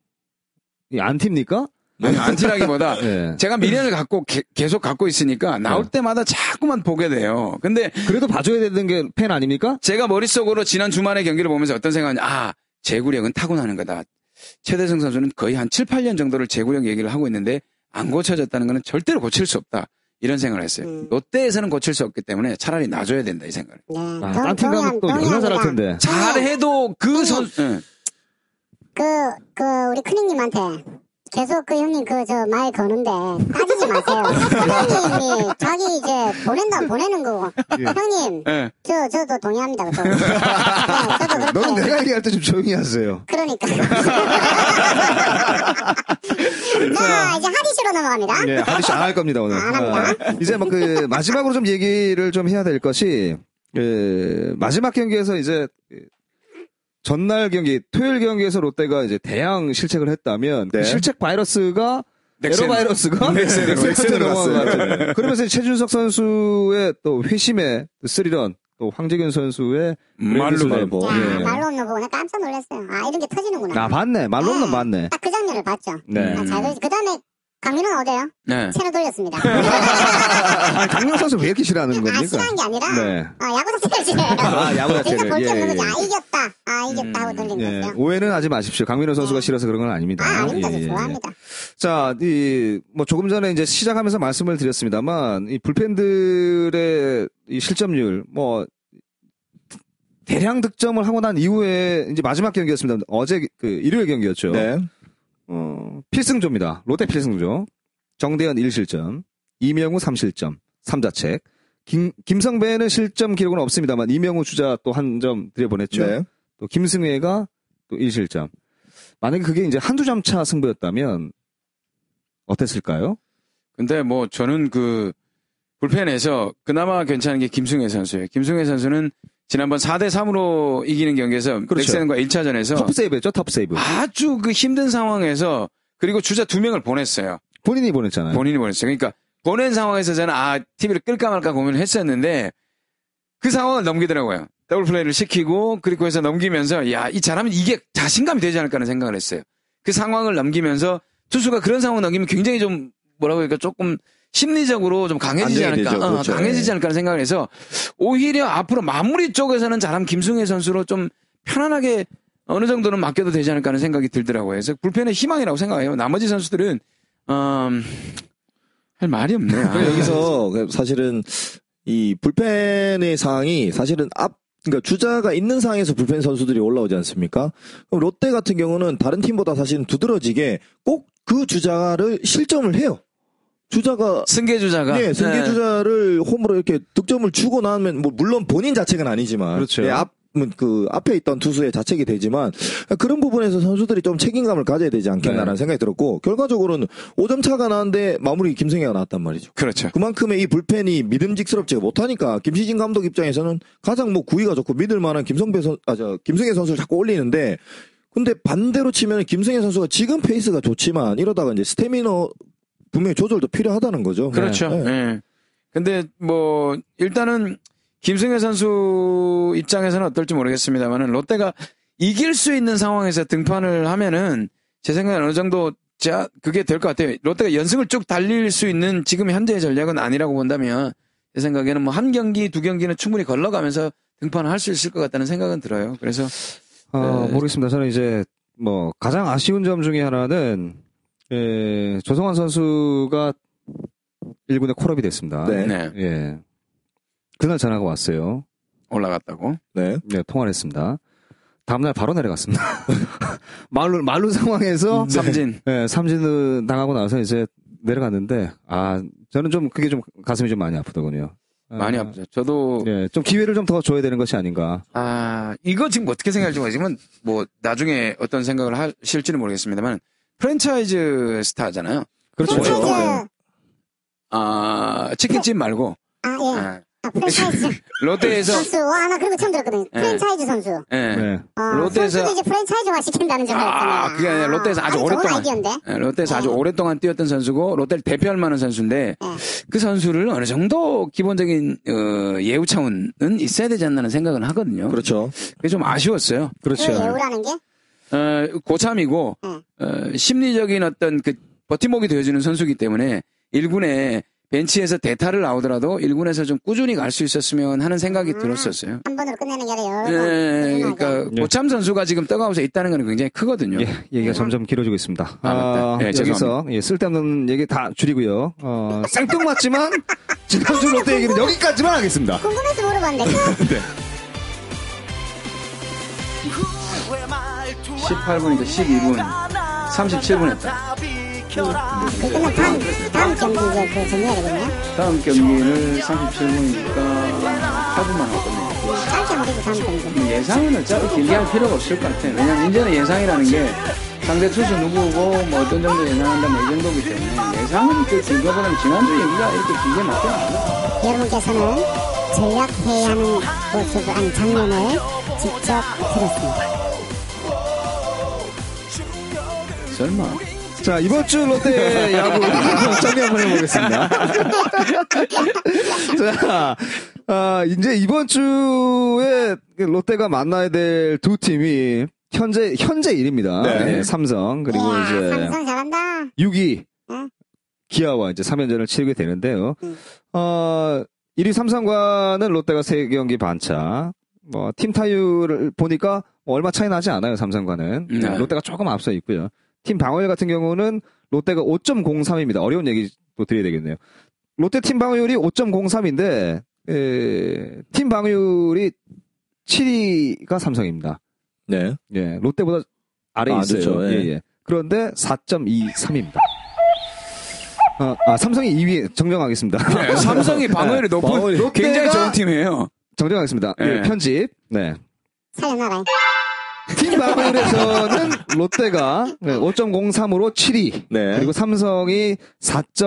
S2: 이 안티입니까?
S4: 아니 안티라기보다
S2: 네.
S4: 제가 미련을 갖고 게- 계속 갖고 있으니까 나올 때마다 자꾸만 보게 돼요. 근데
S2: 그래도 봐줘야 되는 게 팬 아닙니까?
S4: 제가 머릿속으로 지난 주말의 경기를 보면서 어떤 생각이냐. 아, 제구력은 타고나는 거다. 최대성 선수는 거의 한 7, 8년 정도를 제구력 얘기를 하고 있는데 안 고쳐졌다는 거는 절대로 고칠 수 없다. 이런 생각을 했어요.
S2: 네.
S1: 음.
S4: 롯데에서는 고칠 수 없기 때문에 차라리 놔줘야 된다. 이 생각을.
S1: 네.
S2: 아,
S1: 동-
S2: 딴팀 가면 또
S1: 동의합니다.
S2: 얼마나 잘할 텐데.
S4: 잘해도 그 선수. 예.
S1: 그, 그, 우리 큰형님한테 계속 그 형님 그 저 말 거는데 따지지 마세요. 형님이 자기 이제 보낸다 보내는 거고. 형님,
S4: 예.
S1: 저, 저도 동의합니다. 저도. 네, 저도
S2: 너는
S1: 그렇게.
S2: 내가 얘기할 때 좀 조용히 하세요.
S1: 그러니까. 자, 아, 이제 하디시로 넘어갑니다.
S2: 네, 하디씨 안 할 겁니다, 오늘.
S1: 안 합니다.
S2: 아, 이제 막 그 마지막으로 좀 얘기를 좀 해야 될 것이, 그, 마지막 경기에서 이제, 전날 경기, 토요일 경기에서 롯데가 이제 대양 실책을 했다면, 그
S5: 네.
S2: 실책 바이러스가,
S4: 넥센.
S2: 에러 바이러스가
S4: 넥센으로,
S2: 넥센으로
S5: 넥센으로
S2: 넘어간 것
S5: 갔어요.
S2: 같아요. 그러면서 이제 최준석 선수의 또 회심의 스리런, 또 황재균 선수의
S4: 말로
S2: 레드슬램.
S5: 말고.
S1: 야,
S2: 예.
S1: 말로 없는 보고 나 깜짝 놀랐어요. 아, 이런 게 터지는구나.
S2: 아, 봤네. 말로 없는 봤네.
S1: 딱 그 장면을 봤죠.
S2: 네.
S1: 아, 잘, 그 다음에 강민호는 어때요?
S4: 네.
S1: 채널 돌렸습니다.
S2: 아, 강명 선수 왜 이렇게 싫어하는
S1: 아,
S2: 겁니까?
S1: 싫어한 게 아니라,
S2: 네.
S1: 아, 야구 자체를 싫어해요.
S2: 아, 야구
S1: 그러니까
S2: 자체를.
S1: 볼게
S2: 예,
S1: 없는
S2: 예.
S1: 거지. 아, 이겼다. 아, 이겼다 하고
S5: 음,
S1: 돌린
S2: 예,
S1: 거죠.
S2: 오해는 하지 마십시오. 강민호 선수가 싫어서 그런 건 아닙니다.
S1: 아, 아닙니다.
S2: 예,
S1: 저
S2: 예, 예.
S1: 좋아합니다.
S2: 자, 이, 뭐 조금 전에 이제 시작하면서 말씀을 드렸습니다만, 이 불펜들의 이 실점률, 뭐, 대량 득점을 하고 난 이후에 이제 마지막 경기였습니다. 어제 그 일요일 경기였죠.
S5: 네.
S2: 어, 필승조입니다. 롯데 필승조. 정대현 1실점, 이명우 3실점, 3자책. 김, 김성배는 실점 기록은 없습니다만, 이명우 주자 또 한 점 들여보냈죠.
S5: 네.
S2: 또 김승회가 또 1실점. 만약에 그게 이제 한두 점 차 승부였다면 어땠을까요?
S4: 근데 뭐 저는 그 불펜에서 그나마 괜찮은 게 김승혜 선수예요. 김승혜 선수는 지난번 4대 3으로 이기는 경기에서 넥센과 1차전에서
S2: 톱 세이브였죠, 톱 세이브.
S4: 아주 그 힘든 상황에서 그리고 주자 두 명을 보냈어요.
S2: 본인이 보냈잖아요.
S4: 본인이 보냈어요. 그러니까 보낸 상황에서 저는 아 TV를 끌까 말까 고민을 했었는데 그 상황을 넘기더라고요. 더블 플레이를 시키고 그리고 해서 넘기면서 야 이 잘하면 이게 자신감이 되지 않을까 하는 생각을 했어요. 그 상황을 넘기면서 투수가 그런 상황 넘기면 굉장히 좀 뭐라고 할까 조금 심리적으로 좀 강해지지
S5: 안정이
S4: 않을까
S5: 되죠.
S4: 어,
S5: 그렇죠.
S4: 강해지지 않을까 하는 생각을 해서 오히려 앞으로 마무리 쪽에서는 잘하면 김승혜 선수로 좀 편안하게 어느 정도는 맡겨도 되지 않을까 하는 생각이 들더라고요. 그래서 불펜의 희망이라고 생각해요. 나머지 선수들은 음, 할 말이 없네요. 아,
S5: 여기서 그 사실은 이 불펜의 상황이 사실은 앞 그러니까 주자가 있는 상황에서 불펜 선수들이 올라오지 않습니까? 그럼 롯데 같은 경우는 다른 팀보다 사실은 두드러지게 꼭 그 주자를 실점을 해요. 주자가
S4: 승계
S2: 아,
S4: 주자가
S5: 네, 승계 주자를 홈으로 이렇게 득점을 주고 나면 뭐 물론 본인 자책은 아니지만
S2: 그렇죠.
S5: 네, 앞, 음, 그 앞에 있던 투수의 자책이 되지만 그런 부분에서 선수들이 좀 책임감을 가져야 되지 않겠나라는
S2: 네.
S5: 생각이 들었고 결과적으로는 5점 차가 나는데 마무리 김승혜가 나왔단 말이죠.
S4: 그렇죠.
S5: 그만큼의 이 불펜이 믿음직스럽지가 못하니까 김시진 감독 입장에서는 가장 뭐 구위가 좋고 믿을 만한 김성배 선, 아, 저, 김승혜 선수를 자꾸 올리는데 근데 반대로 치면 김승혜 선수가 지금 페이스가 좋지만 이러다가 이제 스태미너 분명히 조절도 필요하다는 거죠.
S4: 그렇죠.
S5: 네.
S4: 예. 근데 뭐 일단은 김승혜 선수 입장에서는 어떨지 모르겠습니다만은 롯데가 이길 수 있는 상황에서 등판을 하면은 제 생각엔 어느 정도 자 그게 될 것 같아요. 롯데가 연승을 쭉 달릴 수 있는 지금 현재의 전략은 아니라고 본다면 제 생각에는 뭐 한 경기 두 경기는 충분히 걸러가면서 등판을 할 수 있을 것 같다는 생각은 들어요. 그래서
S2: 아,
S4: 네.
S2: 모르겠습니다. 저는 이제 뭐 가장 아쉬운 점 중에 하나는 예, 조성환 선수가 1군에 콜업이 됐습니다.
S5: 네.
S4: 네
S2: 예. 그날 전화가 왔어요.
S4: 올라갔다고.
S5: 네.
S2: 네, 통화를 했습니다. 다음날 바로 내려갔습니다. 말로 말로 상황에서
S4: 삼진
S2: 예, 삼진을 당하고 나서 이제 내려갔는데 아 저는 좀 그게 좀 가슴이 좀 많이 아프더군요. 아,
S4: 많이 아프죠. 저도
S2: 예, 좀 기회를 좀 더 줘야 되는 것이 아닌가.
S4: 아, 이거 지금 어떻게 생각할지 모르지만, 뭐, 나중에 어떤 생각을 하실지는 모르겠습니다만, 프랜차이즈 스타잖아요.
S5: 그렇죠.
S1: 프랜차이즈
S5: 네.
S4: 아, 치킨집 말고,
S1: 아 예.
S4: 예.
S1: 아, 프랜차이즈
S4: 롯데에서,
S1: 선수. 와, 나 그런 거 처음 들었거든.
S4: 예.
S1: 프랜차이즈 선수.
S4: 예.
S2: 네.
S1: 어,
S4: 롯데에서-
S1: 선수도 이제 프랜차이즈화 시킨다는 줄 알았어요.
S4: 아, 그게 아니라 롯데에서 아주 오랫동안.
S1: 좋은 아이디어인데. 어.
S4: 예, 롯데에서 아주 오랫동안 뛰었던 선수고, 롯데를 대표할 만한 선수인데, 그 선수를 어느 정도 기본적인, 어, 예우 차원은 있어야 되지 않나 는 생각은 하거든요.
S5: 그렇죠.
S4: 그게 좀 아쉬웠어요.
S1: 그 예우라는 게
S4: 어, 고참이고
S1: 응.
S4: 어, 심리적인 어떤 그 버팀목이 되어주는 선수기 때문에 1군에 벤치에서 대타를 나오더라도 1군에서 좀 꾸준히 갈 수 있었으면 하는
S1: 음.
S4: 생각이 들었었어요.
S1: 한 번으로 끝내는 게 아니라 여러
S4: 예,
S1: 번.
S4: 예, 예.
S1: 꾸준하게.
S4: 그러니까
S2: 예.
S4: 고참 선수가 지금 떠가면서 있다는 건 굉장히 크거든요.
S2: 예, 얘기가 점점 길어지고 있습니다.
S4: 아, 맞다. 예,
S2: 여기서
S4: 죄송합니다.
S2: 예, 쓸데없는 얘기 다 줄이고요. 어, 생뚱맞지만 지난주 롯데 얘기는 여기까지만 하겠습니다.
S1: 궁금해서 물어봤는데.
S4: 네.
S1: 끝.
S4: 18분인가 12분, 37분 했다.
S1: 그러면 다음, 다음 경기 이제 그 정리해야 되겠네요.
S4: 다음 경기를 37분이니까 8분만 하거든요.
S1: 짧게 말해도 다음 경기.
S4: 예상은 어차피 길게 할 필요가 없을 것 같아요. 왜냐면 이제는 예상이라는 게 상대 투수 누구고 뭐 어떤 정도 예상한다 뭐 이 정도기 때문에 예상은 그 증거보다는 지난주 얘기가 이렇게 길게 맞잖아.
S1: 여러분께서는 전략회의 하는 모습, 아니, 장면을 직접 들었습니다.
S4: 설마.
S2: 자, 이번 주 롯데 야구 정리 한번 해보겠습니다. 자, 아, 이제 이번 주에 그 롯데가 만나야 될 두 팀이 현재, 현재 1위입니다. 예,
S5: 네.
S2: 삼성, 그리고
S1: 이야,
S2: 이제
S1: 삼성 아, 잘한다.
S2: 6위
S1: 응.
S2: 기아와 이제 3연전을 치르게 되는데요.
S1: 응.
S2: 어, 1위 삼성과는 롯데가 3경기 반차. 뭐, 팀 타율을 보니까 뭐 얼마 차이 나지 않아요, 삼성과는.
S4: 네.
S2: 아, 롯데가 조금 앞서 있고요. 팀 방어율 같은 경우는 롯데가 5.03입니다. 어려운 얘기 또 드려야 되겠네요. 롯데 팀 방어율이 5.03인데, 팀 방어율이 7위가 삼성입니다.
S5: 네.
S2: 예, 롯데보다 아래에
S5: 아,
S2: 있어요.
S5: 그렇죠. 예.
S2: 예, 예. 그런데 4.23입니다. 아, 아, 삼성이 2위에 정정하겠습니다.
S5: 네.
S4: 네, 삼성이 방어율이 높은
S2: 롯데가-
S4: 굉장히 좋은 팀이에요.
S5: 네.
S2: 정정하겠습니다. 예,
S4: 예.
S2: 편집. 네.
S1: 살려놔라.
S2: 팀 바울에서는 롯데가 5.03으로 7위,
S5: 네.
S2: 그리고 삼성이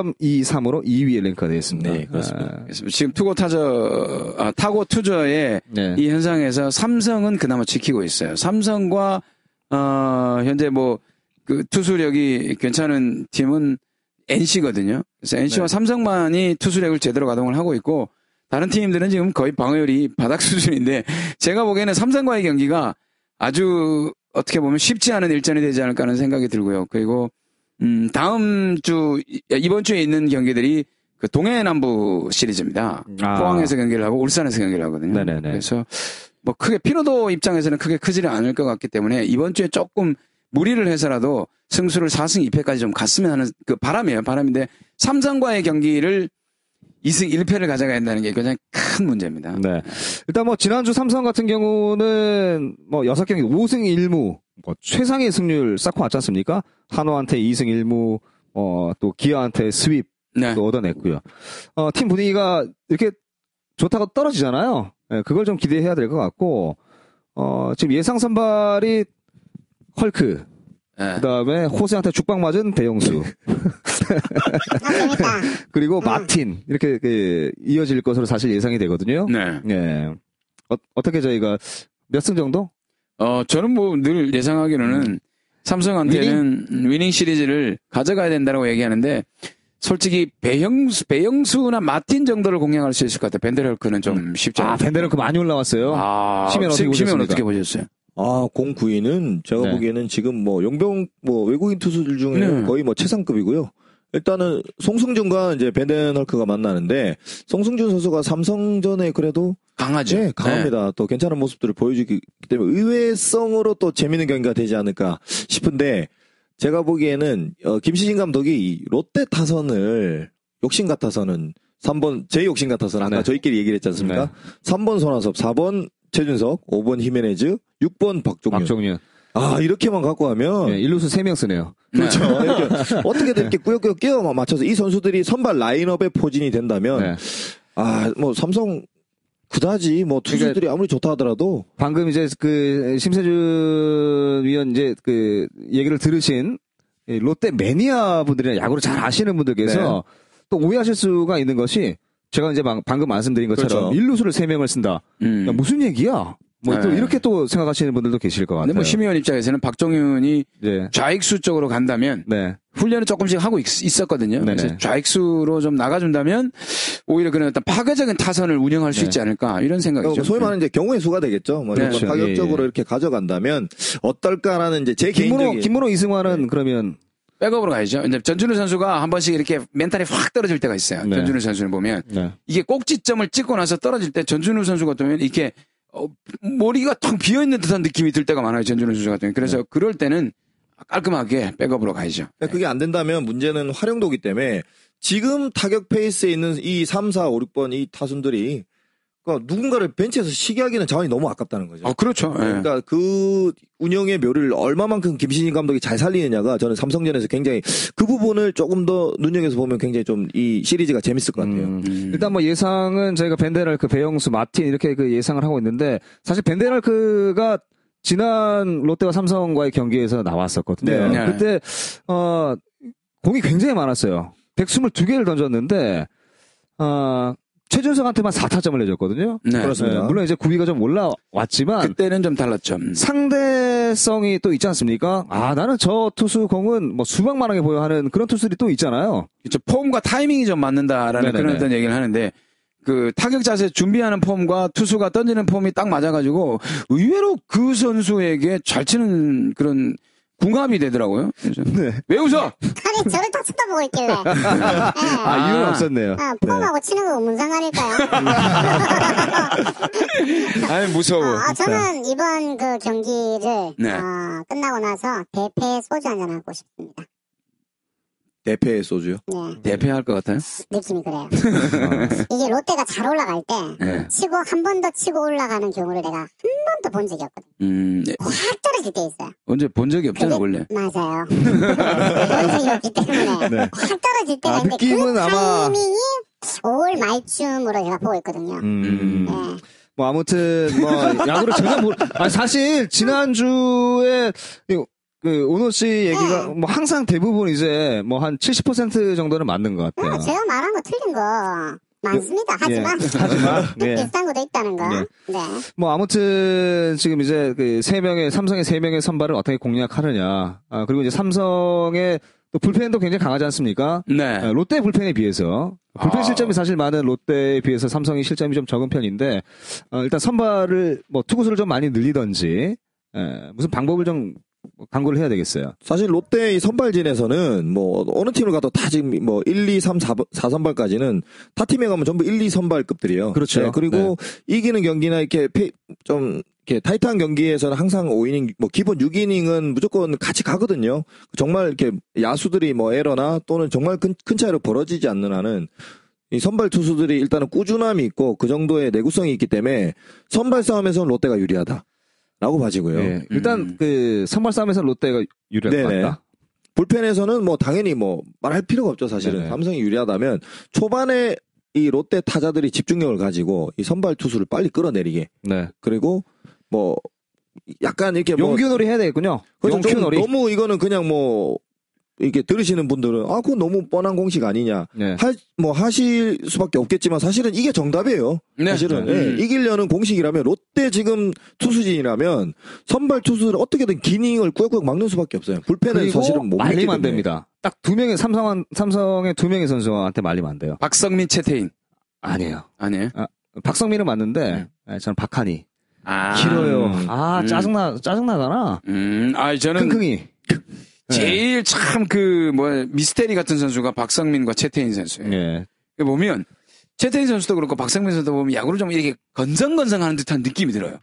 S2: 4.23으로 2위에 랭크되어 있습니다.
S5: 네, 그렇습니다.
S2: 아,
S4: 그래서 지금 투고 타저 아, 타고 투저의
S5: 예.
S2: 네.
S4: 이 현상에서 삼성은 그나마 지키고 있어요. 삼성과 어, 현재 뭐 그 투수력이 괜찮은 팀은 NC거든요. 그래서 NC와 삼성만이 투수력을 제대로 가동을 하고 있고 다른 팀들은 지금 거의 방어율이 바닥 수준인데 제가 보기에는 삼성과의 경기가 아주 어떻게 보면 쉽지 않은 일전이 되지 않을까 하는 생각이 들고요. 그리고 음, 다음 주 이- 이번 주에 있는 경기들이 그 동해남부 시리즈입니다.
S2: 아.
S4: 포항에서 경기를 하고 울산에서 경기를 하거든요.
S2: 네네네.
S4: 그래서 뭐 크게 피로도 입장에서는 크게 크지는 않을 것 같기 때문에 이번 주에 조금 무리를 해서라도 승수를 4승 2패까지 좀 갔으면 하는 그 바람이에요. 바람인데 삼성과의 경기를 2승 1패를 가져가야 한다는 게 굉장히 큰 문제입니다.
S2: 네. 일단 뭐 지난주 삼성 같은 경우는 뭐 6경기 5승 1무 뭐 최상의 승률 쌓고 왔지 않습니까? 한화한테 2승 1무 어, 또 기아한테 스윕
S4: 네.
S2: 또 얻어냈고요. 어, 팀 분위기가 이렇게 좋다고 떨어지잖아요. 예, 그걸 좀 기대해야 될 것 같고 어, 지금 예상 선발이 헐크
S4: 네.
S2: 그다음에 호세한테 죽박 맞은 대영수
S1: 아, 재밌다.
S2: 그리고 마틴 이렇게 그, 이어질 것으로 사실 예상이 되거든요.
S4: 네.
S2: 예. 어, 떻게 저희가 몇 승 정도?
S4: 어, 저는 뭐 늘 예상하기로는 삼성한테는 위닝? 시리즈를 가져가야 된다고 얘기하는데 솔직히 배영수, 배영수나 마틴 정도를 공략할 수 있을 것 같아요. 벤데렐크는 좀 쉽지 않아요.
S2: 아, 벤데르크 많이 올라왔어요.
S4: 아,
S2: 심연 어떻게
S4: 심- 심연
S2: 보셨습니까?
S4: 어떻게 보셨어요?
S5: 아, 092는 제가
S2: 네.
S5: 보기에는 지금 뭐 용병 뭐 외국인 투수들 중에
S4: 네.
S5: 거의 뭐 최상급이고요. 일단은 송승준과 이제 벤덴헐크가 만나는데 송승준 선수가 삼성전에 그래도
S4: 강하죠.
S2: 네,
S5: 예, 강합니다. 또 괜찮은 모습들을 보여주기 때문에 의외성으로 또 재밌는 경기가 되지 않을까 싶은데 제가 보기에는 어, 김시진 감독이 이 롯데 타선을 욕심 같아서는 3번 제 욕심 같아서는 아까
S2: 네.
S5: 저희끼리 얘기를 했지 않습니까?
S2: 네.
S5: 3번 손아섭, 4번 최준석, 5번 히메네즈, 6번 박종윤.
S2: 박종윤.
S5: 아 이렇게만 갖고
S4: 아.
S5: 하면
S2: 예, 일루수 3명 쓰네요.
S4: 네.
S5: 그렇죠. 이렇게 어떻게든 이렇게 꾸역꾸역 끼워 맞춰서 이 선수들이 선발 라인업에 포진이 된다면
S2: 네.
S5: 아 뭐 삼성 그다지 뭐 투수들이 아무리 좋다 하더라도
S2: 방금 이제 그 심세준 위원 이제 그 얘기를 들으신 이 롯데 매니아 분들이나 야구를 잘 아시는 분들께서
S4: 네.
S2: 또 오해하실 수가 있는 것이 제가 이제 방, 금 말씀드린 것처럼
S5: 그렇죠.
S2: 일루수를 3명을 쓴다.
S4: 음.
S2: 야, 무슨 얘기야? 뭐 또
S4: 네.
S2: 이렇게 또 생각하시는 분들도 계실 것
S4: 근데
S2: 같아요.
S4: 뭐 심의원 입장에서는 박종윤이
S2: 네.
S4: 좌익수 쪽으로 간다면
S2: 네.
S4: 훈련을 조금씩 하고 있, 었거든요
S2: 네네.
S4: 그래서 좌익수로 좀 나가준다면 오히려 그런 어떤 파괴적인 타선을 운영할 수
S2: 네. 어,
S4: 있지 않을까 이런 생각이죠.
S5: 뭐 소위 말하는 이제 경우의 수가 되겠죠. 뭐
S4: 네.
S5: 정말
S2: 그렇죠. 예,
S5: 파격적으로
S2: 예.
S5: 이렇게 가져간다면 어떨까라는 이제 제
S2: 김문호,
S5: 개인적인
S2: 김문호 이승환은
S4: 네.
S2: 그러면
S4: 백업으로 가야죠. 이제 전준우 선수가 한 번씩 이렇게 멘탈이 확 떨어질 때가 있어요.
S2: 네.
S4: 전준우 선수를 보면 이게 꼭지점을 찍고 나서 떨어질 때 전준우 선수 같으면 이렇게 어, 머리가 텅 비어 있는 듯한 느낌이 들 때가 많아요. 전준우 선수 같으면 그래서 그럴 때는 깔끔하게 백업으로 가야죠.
S5: 그러니까 그게 안 된다면 문제는 활용도기 때문에 지금 타격 페이스에 있는 이 3, 4, 5, 6번 이 타순들이 그러니까 누군가를 벤치에서 시기하기는 자원이 너무 아깝다는 거죠.
S4: 아 그렇죠. 예.
S5: 그러니까 그 운영의 묘를 얼마만큼 김신인 감독이 잘 살리느냐가 저는 삼성전에서 굉장히 그 부분을 조금 더 눈여겨서 보면 굉장히 좀 이 시리즈가 재밌을 것 같아요.
S4: 음.
S2: 일단 뭐 예상은 저희가 벤데랄크, 그 배영수, 마틴 이렇게 그 예상을 하고 있는데 사실 벤데랄크가 지난 롯데와 삼성과의 경기에서 나왔었거든요.
S5: 네.
S4: 네.
S2: 그때 어 공이 굉장히 많았어요. 122개를 던졌는데 어 최준성한테만 4타점을 내줬거든요.
S4: 네.
S5: 그렇습니다.
S2: 물론 이제 구위가 좀 올라왔지만
S4: 그때는 음. 좀 달랐죠.
S2: 상대성이 또 있지 않습니까? 아 나는 저 투수 공은 뭐 수박만하게 보여 하는 그런 투수들이 또 있잖아요.
S4: 그쵸. 폼과 타이밍이 좀 맞는다라는
S2: 네네네.
S4: 그런 어떤 얘기를 하는데 그 타격 자세 준비하는 폼과 투수가 던지는 폼이 딱 맞아가지고 의외로 그 선수에게 잘 치는 그런 궁합이 되더라고요. 그래서
S2: 네.
S4: 왜 웃어?
S1: 아니 저를 딱 쳐다보고 있길래. 예.
S2: 아, 이유는
S4: 아.
S2: 없었네요.
S1: 아, 폼하고 치는 거 무슨 상관일까요?
S4: 아니 무서워.
S1: 아, 저는 이번 그 경기를
S4: 뭐, 네.
S1: 어, 끝나고 나서 대패 소주 한잔 하고 싶습니다.
S5: 대패 소주요.
S1: 네,
S4: 대패할 것 같아요.
S1: 느낌이 그래요.
S2: 어.
S1: 이게 롯데가 잘 올라갈 때
S4: 네.
S1: 치고 한 번 더 치고 올라가는 경우를 내가 한 번도 본 적이 없거든.
S4: 음 예.
S1: 확 떨어질 때 있어요.
S4: 언제 본 적이 없잖아 원래.
S1: 맞아요. 본 적이 없기 때문에 확 떨어질
S2: 네.
S1: 때가
S2: 아,
S1: 있는데
S2: 느낌은
S1: 그
S2: 아마-
S1: 타이밍이 5월 말쯤으로 제가 보고 있거든요.
S2: 음.
S1: 네.
S2: 뭐 아무튼 뭐 야구를 전혀 모르. 아니 사실 지난주에 이- 그 오노 씨 얘기가 뭐 항상 대부분 이제 뭐 한 70% 정도는 맞는 것
S1: 어,
S2: 같아요.
S1: 제가 말한 거 틀린 거 많습니다. 하지만
S2: 예, 하지만 예.
S1: 비슷한 것도 있다는 거.
S2: 예.
S1: 네.
S2: 뭐 아무튼 지금 이제 그 세 명의 삼성의 세 명의 선발을 어떻게 공략하느냐. 아 그리고 이제 삼성의 또 불펜도 굉장히 강하지 않습니까?
S4: 네.
S2: 아, 롯데 불펜에 비해서 불펜
S4: 아.
S2: 실점이 사실 많은 롯데에 비해서 삼성이 실점이 좀 적은 편인데 어, 일단 선발을 뭐 투구수를 좀 많이 늘리던지 에, 무슨 방법을 좀 강구를 해야 되겠어요.
S5: 사실 롯데의 선발진에서는 뭐 어느 팀을 가도 다 지금 뭐 1, 2, 3, 4, 4선발까지는 타 팀에 가면 전부 1, 2 선발급들이에요. 네,
S2: 그렇죠.
S5: 그리고 이기는 경기나 이렇게 페- 좀 이렇게 타이트한 경기에서는 항상 5이닝 뭐 기본 6이닝은 무조건 같이 가거든요. 정말 이렇게 야수들이 뭐 에러나 또는 정말 큰, 큰 차이로 벌어지지 않는 한은 이 선발 투수들이 일단은 꾸준함이 있고 그 정도의 내구성이 있기 때문에 선발 싸움에서는 롯데가 유리하다. 라고 봐지고요.
S2: 예, 일단 그 선발 싸움에서 롯데가 유리할 것
S5: 네네.
S2: 같다.
S5: 불펜에서는 뭐 당연히 뭐 말할 필요가 없죠 사실은
S2: 네네.
S5: 삼성이 유리하다면 초반에 이 롯데 타자들이 집중력을 가지고 이 선발 투수를 빨리 끌어내리게
S2: 네.
S5: 그리고 뭐 약간 이렇게 뭐
S2: 용규놀이 해야 되겠군요.
S5: 그래서 좀
S2: 용규놀이.
S5: 너무 이거는 그냥 뭐 이렇게 들으시는 분들은 아 그건 너무 뻔한 공식 아니냐
S2: 네.
S5: 하, 뭐 하실 수밖에 없겠지만 사실은 이게 정답이에요
S4: 네.
S5: 사실은
S4: 네.
S5: 예,
S4: 음.
S5: 이기려는 공식이라면 롯데 지금 투수진이라면 선발 투수를 어떻게든 기닝을 꾸역꾸역 막는 수밖에 없어요 불펜은
S2: 그리고
S5: 사실은 못 믿기
S2: 말리면 안
S5: 때문에.
S2: 됩니다. 딱 두 명의 삼성 삼성의 두 명의 선수한테 말리면 안 돼요.
S4: 박성민 채태인
S2: 아니에요.
S4: 아니에요?
S2: 박성민은 맞는데 예, 저는 박한이
S4: 아.
S2: 길어요.
S5: 음.
S2: 아
S4: 음.
S2: 짜증나 짜증나잖아.
S4: 음, 아 저는
S2: 킁킁이. 그, 네.
S4: 제일 참 그 뭐 미스테리 같은 선수가 박성민과 채태인 선수예요.
S2: 예.
S4: 이거 보면 최태인 선수도 그렇고 박상민 선수도 보면 야구를 좀 이렇게 건성건성하는 듯한 느낌이 들어요.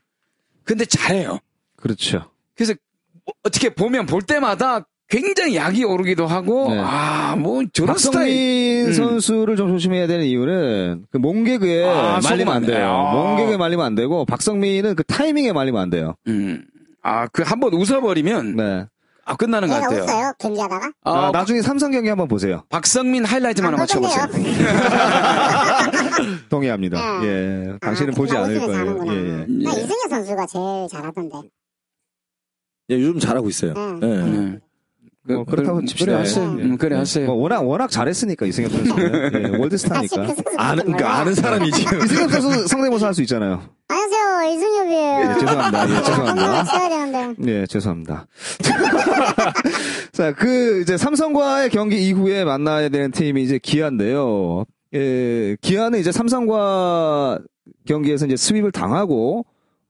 S4: 근데 잘해요.
S2: 그렇죠.
S4: 그래서 뭐 어떻게 보면 볼 때마다 굉장히 약이 오르기도 하고
S2: 네.
S4: 아 뭐 저런 스타일
S2: 박성민
S4: 음.
S2: 선수를 좀 조심해야 되는 이유는 그 몽개그에
S4: 아,
S2: 말리면 안
S4: 속으면
S2: 돼요.
S4: 안 돼요.
S2: 몽개그에 말리면 안 되고 박성민은 그 타이밍에 말리면 안 돼요.
S4: 음. 아 그 한 번 웃어버리면
S2: 네.
S4: 아 끝나는 것
S1: 얘가
S4: 같아요.
S1: 웃어요. 경기하다가.
S4: 아,
S2: 아, 나중에 삼성 경기 한번 보세요.
S4: 박성민 하이라이트만
S1: 안
S4: 맞춰보세요.
S1: 보던데요.
S2: 동의합니다.
S1: 네.
S2: 예. 당신은
S1: 아,
S2: 보지
S1: 그냥
S2: 않을
S1: 웃으면서
S2: 거예요.
S1: 하는구나.
S2: 예, 예.
S1: 나
S4: 예.
S1: 이승현 선수가 제일 잘하던데.
S5: 예, 요즘 잘하고 있어요.
S1: 응.
S5: 예.
S4: 네. 그,
S2: 음. 뭐 그렇다고 칩시다.
S4: 그래 하세요.
S2: 예.
S4: 음, 그래 하세요.
S2: 뭐 워낙 워낙 잘했으니까 이승엽 선수는 예,
S1: 다시 그
S2: 월드스타니까.
S1: 선수.
S5: 아는, 그러니까 아는 사람이지.
S2: 이승엽 선수 상대모사 할 수 있잖아요.
S1: 안녕하세요. 이승엽이에요.
S2: 예, 죄송합니다. 예, 죄송합니다.
S1: 을 쳐야 되는데.
S2: 예, 죄송합니다. 자, 그 이제 삼성과의 경기 이후에 만나야 되는 팀이 이제 기아인데요. 예, 기아는 이제 삼성과 경기에서 이제 스윕을 당하고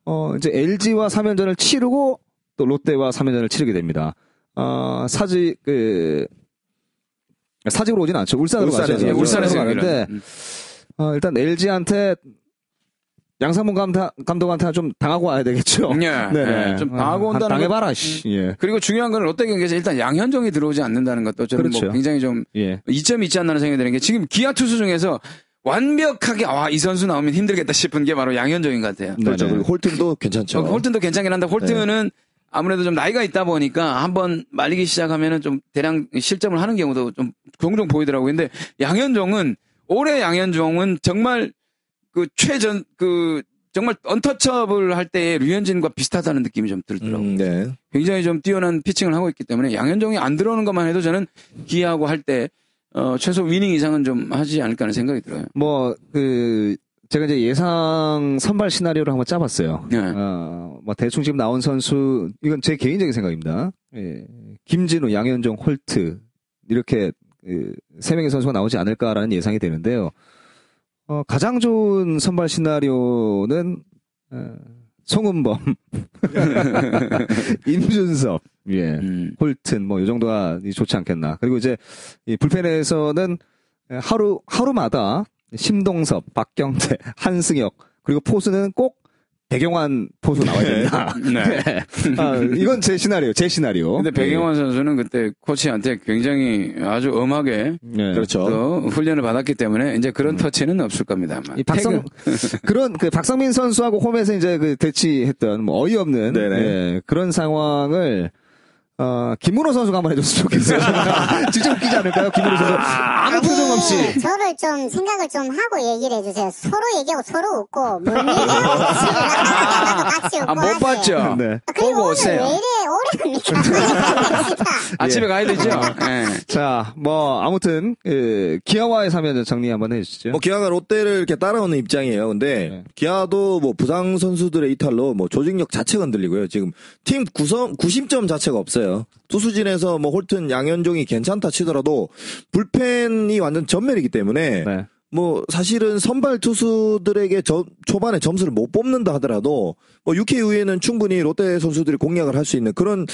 S2: 어 이제 LG와 3연전을 치르고 또 롯데와 3연전을 치르게 됩니다. 아, 사직 그 사직으로 오진 않죠. 울산으로
S5: 울산에서,
S2: 가죠.
S4: 예,
S5: 예,
S4: 울산에서
S2: 가는데
S4: 이런. 음.
S2: 어, 일단 LG한테 양상문 감독, 감독한테 좀 당하고 와야 되겠죠.
S4: 예, 예, 좀
S2: 아,
S4: 당하고 온다는
S2: 당해봐라, 씨. 예.
S4: 그리고 중요한 건 롯데 경기에서 일단 양현종이 들어오지 않는다는 것도 저는 뭐
S2: 그렇죠.
S4: 굉장히 좀
S2: 예.
S4: 이점이 있지 않나 생각이 드는 게 지금 기아 투수 중에서 완벽하게 와 이 선수 나오면 힘들겠다 싶은 게 바로 양현종인 것 같아요.
S5: 그렇죠.
S2: 네네.
S5: 그리고 네. 홀튼도 괜찮죠.
S4: 어, 홀튼도 괜찮긴 한데 홀튼은 아무래도 좀 나이가 있다 보니까 한번 말리기 시작하면은 좀 대량 실점을 하는 경우도 좀 종종 보이더라고요. 근데 양현종은 올해 양현종은 정말 그 최전 그 정말 언터처블 할 때의 류현진과 비슷하다는 느낌이 좀 들더라고요.
S5: 음, 네.
S4: 굉장히 좀 뛰어난 피칭을 하고 있기 때문에 양현종이 안 들어오는 것만 해도 저는 기아하고 할 때 어, 최소 위닝 이상은 좀 하지 않을까 하는 생각이 들어요.
S2: 뭐, 그, 제가 이제 예상 선발 시나리오를 한번 짜봤어요.
S4: 네.
S2: 어, 뭐, 대충 지금 나온 선수, 이건 제 개인적인 생각입니다. 예. 김진우, 양현종, 홀트, 이렇게, 그, 세 명의 선수가 나오지 않을까라는 예상이 되는데요. 어, 가장 좋은 선발 시나리오는, 어, 송은범, 임준섭, 예.
S4: 음.
S2: 홀튼 뭐 이 정도가 좋지 않겠나. 그리고 이제 이 불펜에서는 하루 하루마다 심동섭, 박경태, 한승혁 그리고 포수는 꼭 배경환 포수 나와야 된다.
S4: 네.
S2: 아, 이건 제 시나리오, 제 시나리오.
S4: 근데 백영환 선수는 그때 코치한테 굉장히 아주 엄하게
S2: 예.
S5: 그렇죠.
S4: 또 훈련을 받았기 때문에 이제 그런 터치는 없을 겁니다. 아마.
S2: 음. 이 박성 그런 그 박성민 선수하고 홈에서 이제 그 대치했던 뭐 어이없는
S5: 네네.
S2: 예, 그런 상황을 어, 김문호 선수가 한번 해줬으면 좋겠어요. 진짜 웃기지 않을까요? 김문호 선수. 아무 표정 없이.
S1: 저를 좀 생각을 좀 하고 얘기를 해주세요. 서로 얘기하고 서로 웃고 못 얘기하고 사실은 나도 같이 웃고
S4: 아, 못
S1: 하지.
S4: 봤죠?
S2: 네.
S1: 아, 그리고
S4: 보고
S1: 오늘 왜
S4: 오세요.
S1: 이래 오래합니까? 진짜.
S4: 아침에 가야 되죠? 예.
S2: 자, 뭐, 아무튼, 예, 기아와의 3연전 정리 한번 해주시죠.
S5: 뭐 기아가 롯데를 이렇게 따라오는 입장이에요. 근데
S2: 네.
S5: 기아도 뭐 부상 선수들의 이탈로 뭐 조직력 자체가 흔들리고요. 지금 팀 구성 구심점 자체가 없어요. 투수진에서 뭐 홀튼 양현종이 괜찮다 치더라도 불펜이 완전 전멸이기 때문에
S2: 네.
S5: 뭐 사실은 선발 투수들에게 저- 초반에 점수를 못 뽑는다 하더라도 뭐 6회 이후에는 충분히 롯데 선수들이 공략을 할 수 있는 그런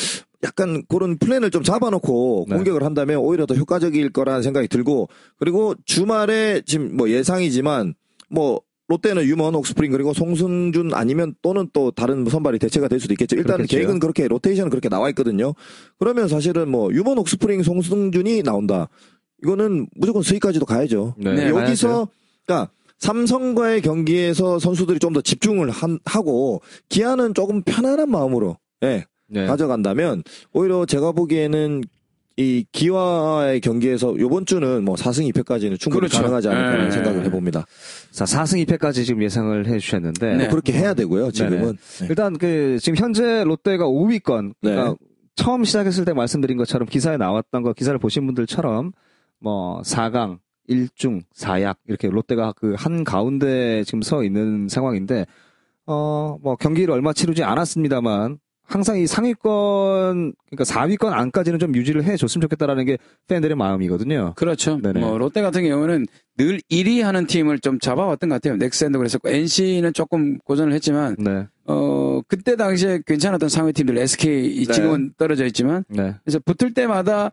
S5: 약간 그런 플랜을 좀 잡아놓고
S2: 네.
S5: 공격을 한다면 오히려 더 효과적일 거라는 생각이 들고 그리고 주말에 지금 뭐 예상이지만 뭐 롯데는 유먼 옥스프링 그리고 송승준 아니면 또는 또 다른 선발이 대체가 될 수도 있겠죠. 일단
S2: 그렇겠죠.
S5: 계획은 그렇게 로테이션은 그렇게 나와 있거든요. 그러면 사실은 뭐 유먼 옥스프링 송승준이 나온다. 이거는 무조건 스위까지도 가야죠.
S2: 네,
S5: 여기서
S2: 가야죠.
S5: 그러니까 삼성과의 경기에서 선수들이 좀 더 집중을 한- 하고 기아는 조금 편안한 마음으로 예,
S2: 네.
S5: 가져간다면 오히려 제가 보기에는 이 기아의 경기에서 요번 주는 뭐 4승 2패까지는 충분히
S4: 그렇죠.
S5: 가능하지 않을까
S4: 예.
S5: 는 생각을 해봅니다.
S2: 자, 4승 2패까지 지금 예상을 해주셨는데.
S4: 네.
S5: 뭐 그렇게 해야 되고요. 지금은 네.
S2: 일단 그 지금 현재 롯데가 5위권. 그러니까
S5: 네.
S2: 처음 시작했을 때 말씀드린 것처럼 기사에 나왔던 거 기사를 보신 분들처럼 뭐 4강, 1중, 4약 이렇게 롯데가 그 한 가운데 지금 서 있는 상황인데 어 뭐 경기를 얼마 치르지 않았습니다만 항상 이 상위권 그러니까 4위권 안까지는 좀 유지를 해 줬으면 좋겠다라는 게 팬들의 마음이거든요.
S4: 그렇죠.
S2: 네네.
S4: 뭐 롯데 같은 경우는 늘 1위 하는 팀을 좀 잡아왔던 것 같아요. 넥센도 그랬었고 NC는 조금 고전을 했지만
S2: 네.
S4: 어 그때 당시에 괜찮았던 상위 팀들 SK 지금은 떨어져 있지만
S2: 네.
S4: 그래서 붙을 때마다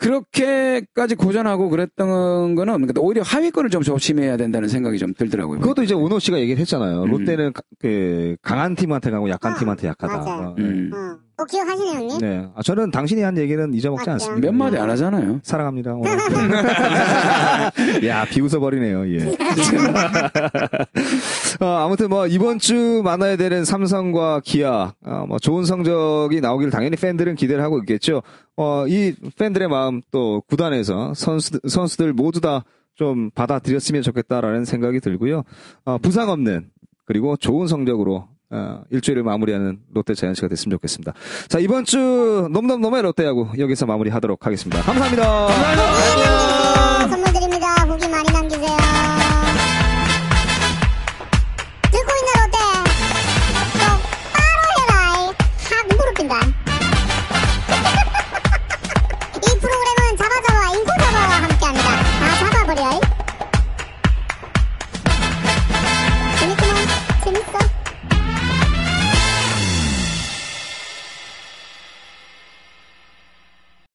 S4: 그렇게까지 고전하고 그랬던 거는 그러니까 오히려 하위권을 좀 조심해야 된다는 생각이 좀 들더라고요.
S2: 그것도 이제 오노 씨가 얘기를 했잖아요.
S4: 음.
S2: 롯데는 가- 그 강한 팀한테 가고 약한
S1: 아,
S2: 팀한테 약하다.
S1: 맞아요.
S2: 어,
S4: 음.
S1: 어. 어, 기억하시네요, 형님?
S2: 네. 아, 저는 당신이 한 얘기는 잊어먹지
S1: 맞아요.
S2: 않습니다. 예.
S4: 몇 마디 안 하잖아요.
S2: 사랑합니다. 오늘. 야, 비웃어버리네요, 예. 어, 아무튼 뭐, 이번 주 만나야 되는 삼성과 기아, 어, 뭐, 좋은 성적이 나오길 당연히 팬들은 기대를 하고 있겠죠. 어, 이 팬들의 마음 또 구단에서 선수, 선수들 모두 다 좀 받아들였으면 좋겠다라는 생각이 들고요. 어, 부상 없는, 그리고 좋은 성적으로 어, 일주일을 마무리하는 롯데 자이언츠가 됐으면 좋겠습니다. 자 이번 주 넘넘넘의 롯데야구 여기서 마무리하도록 하겠습니다 감사합니다.
S1: 아, 선물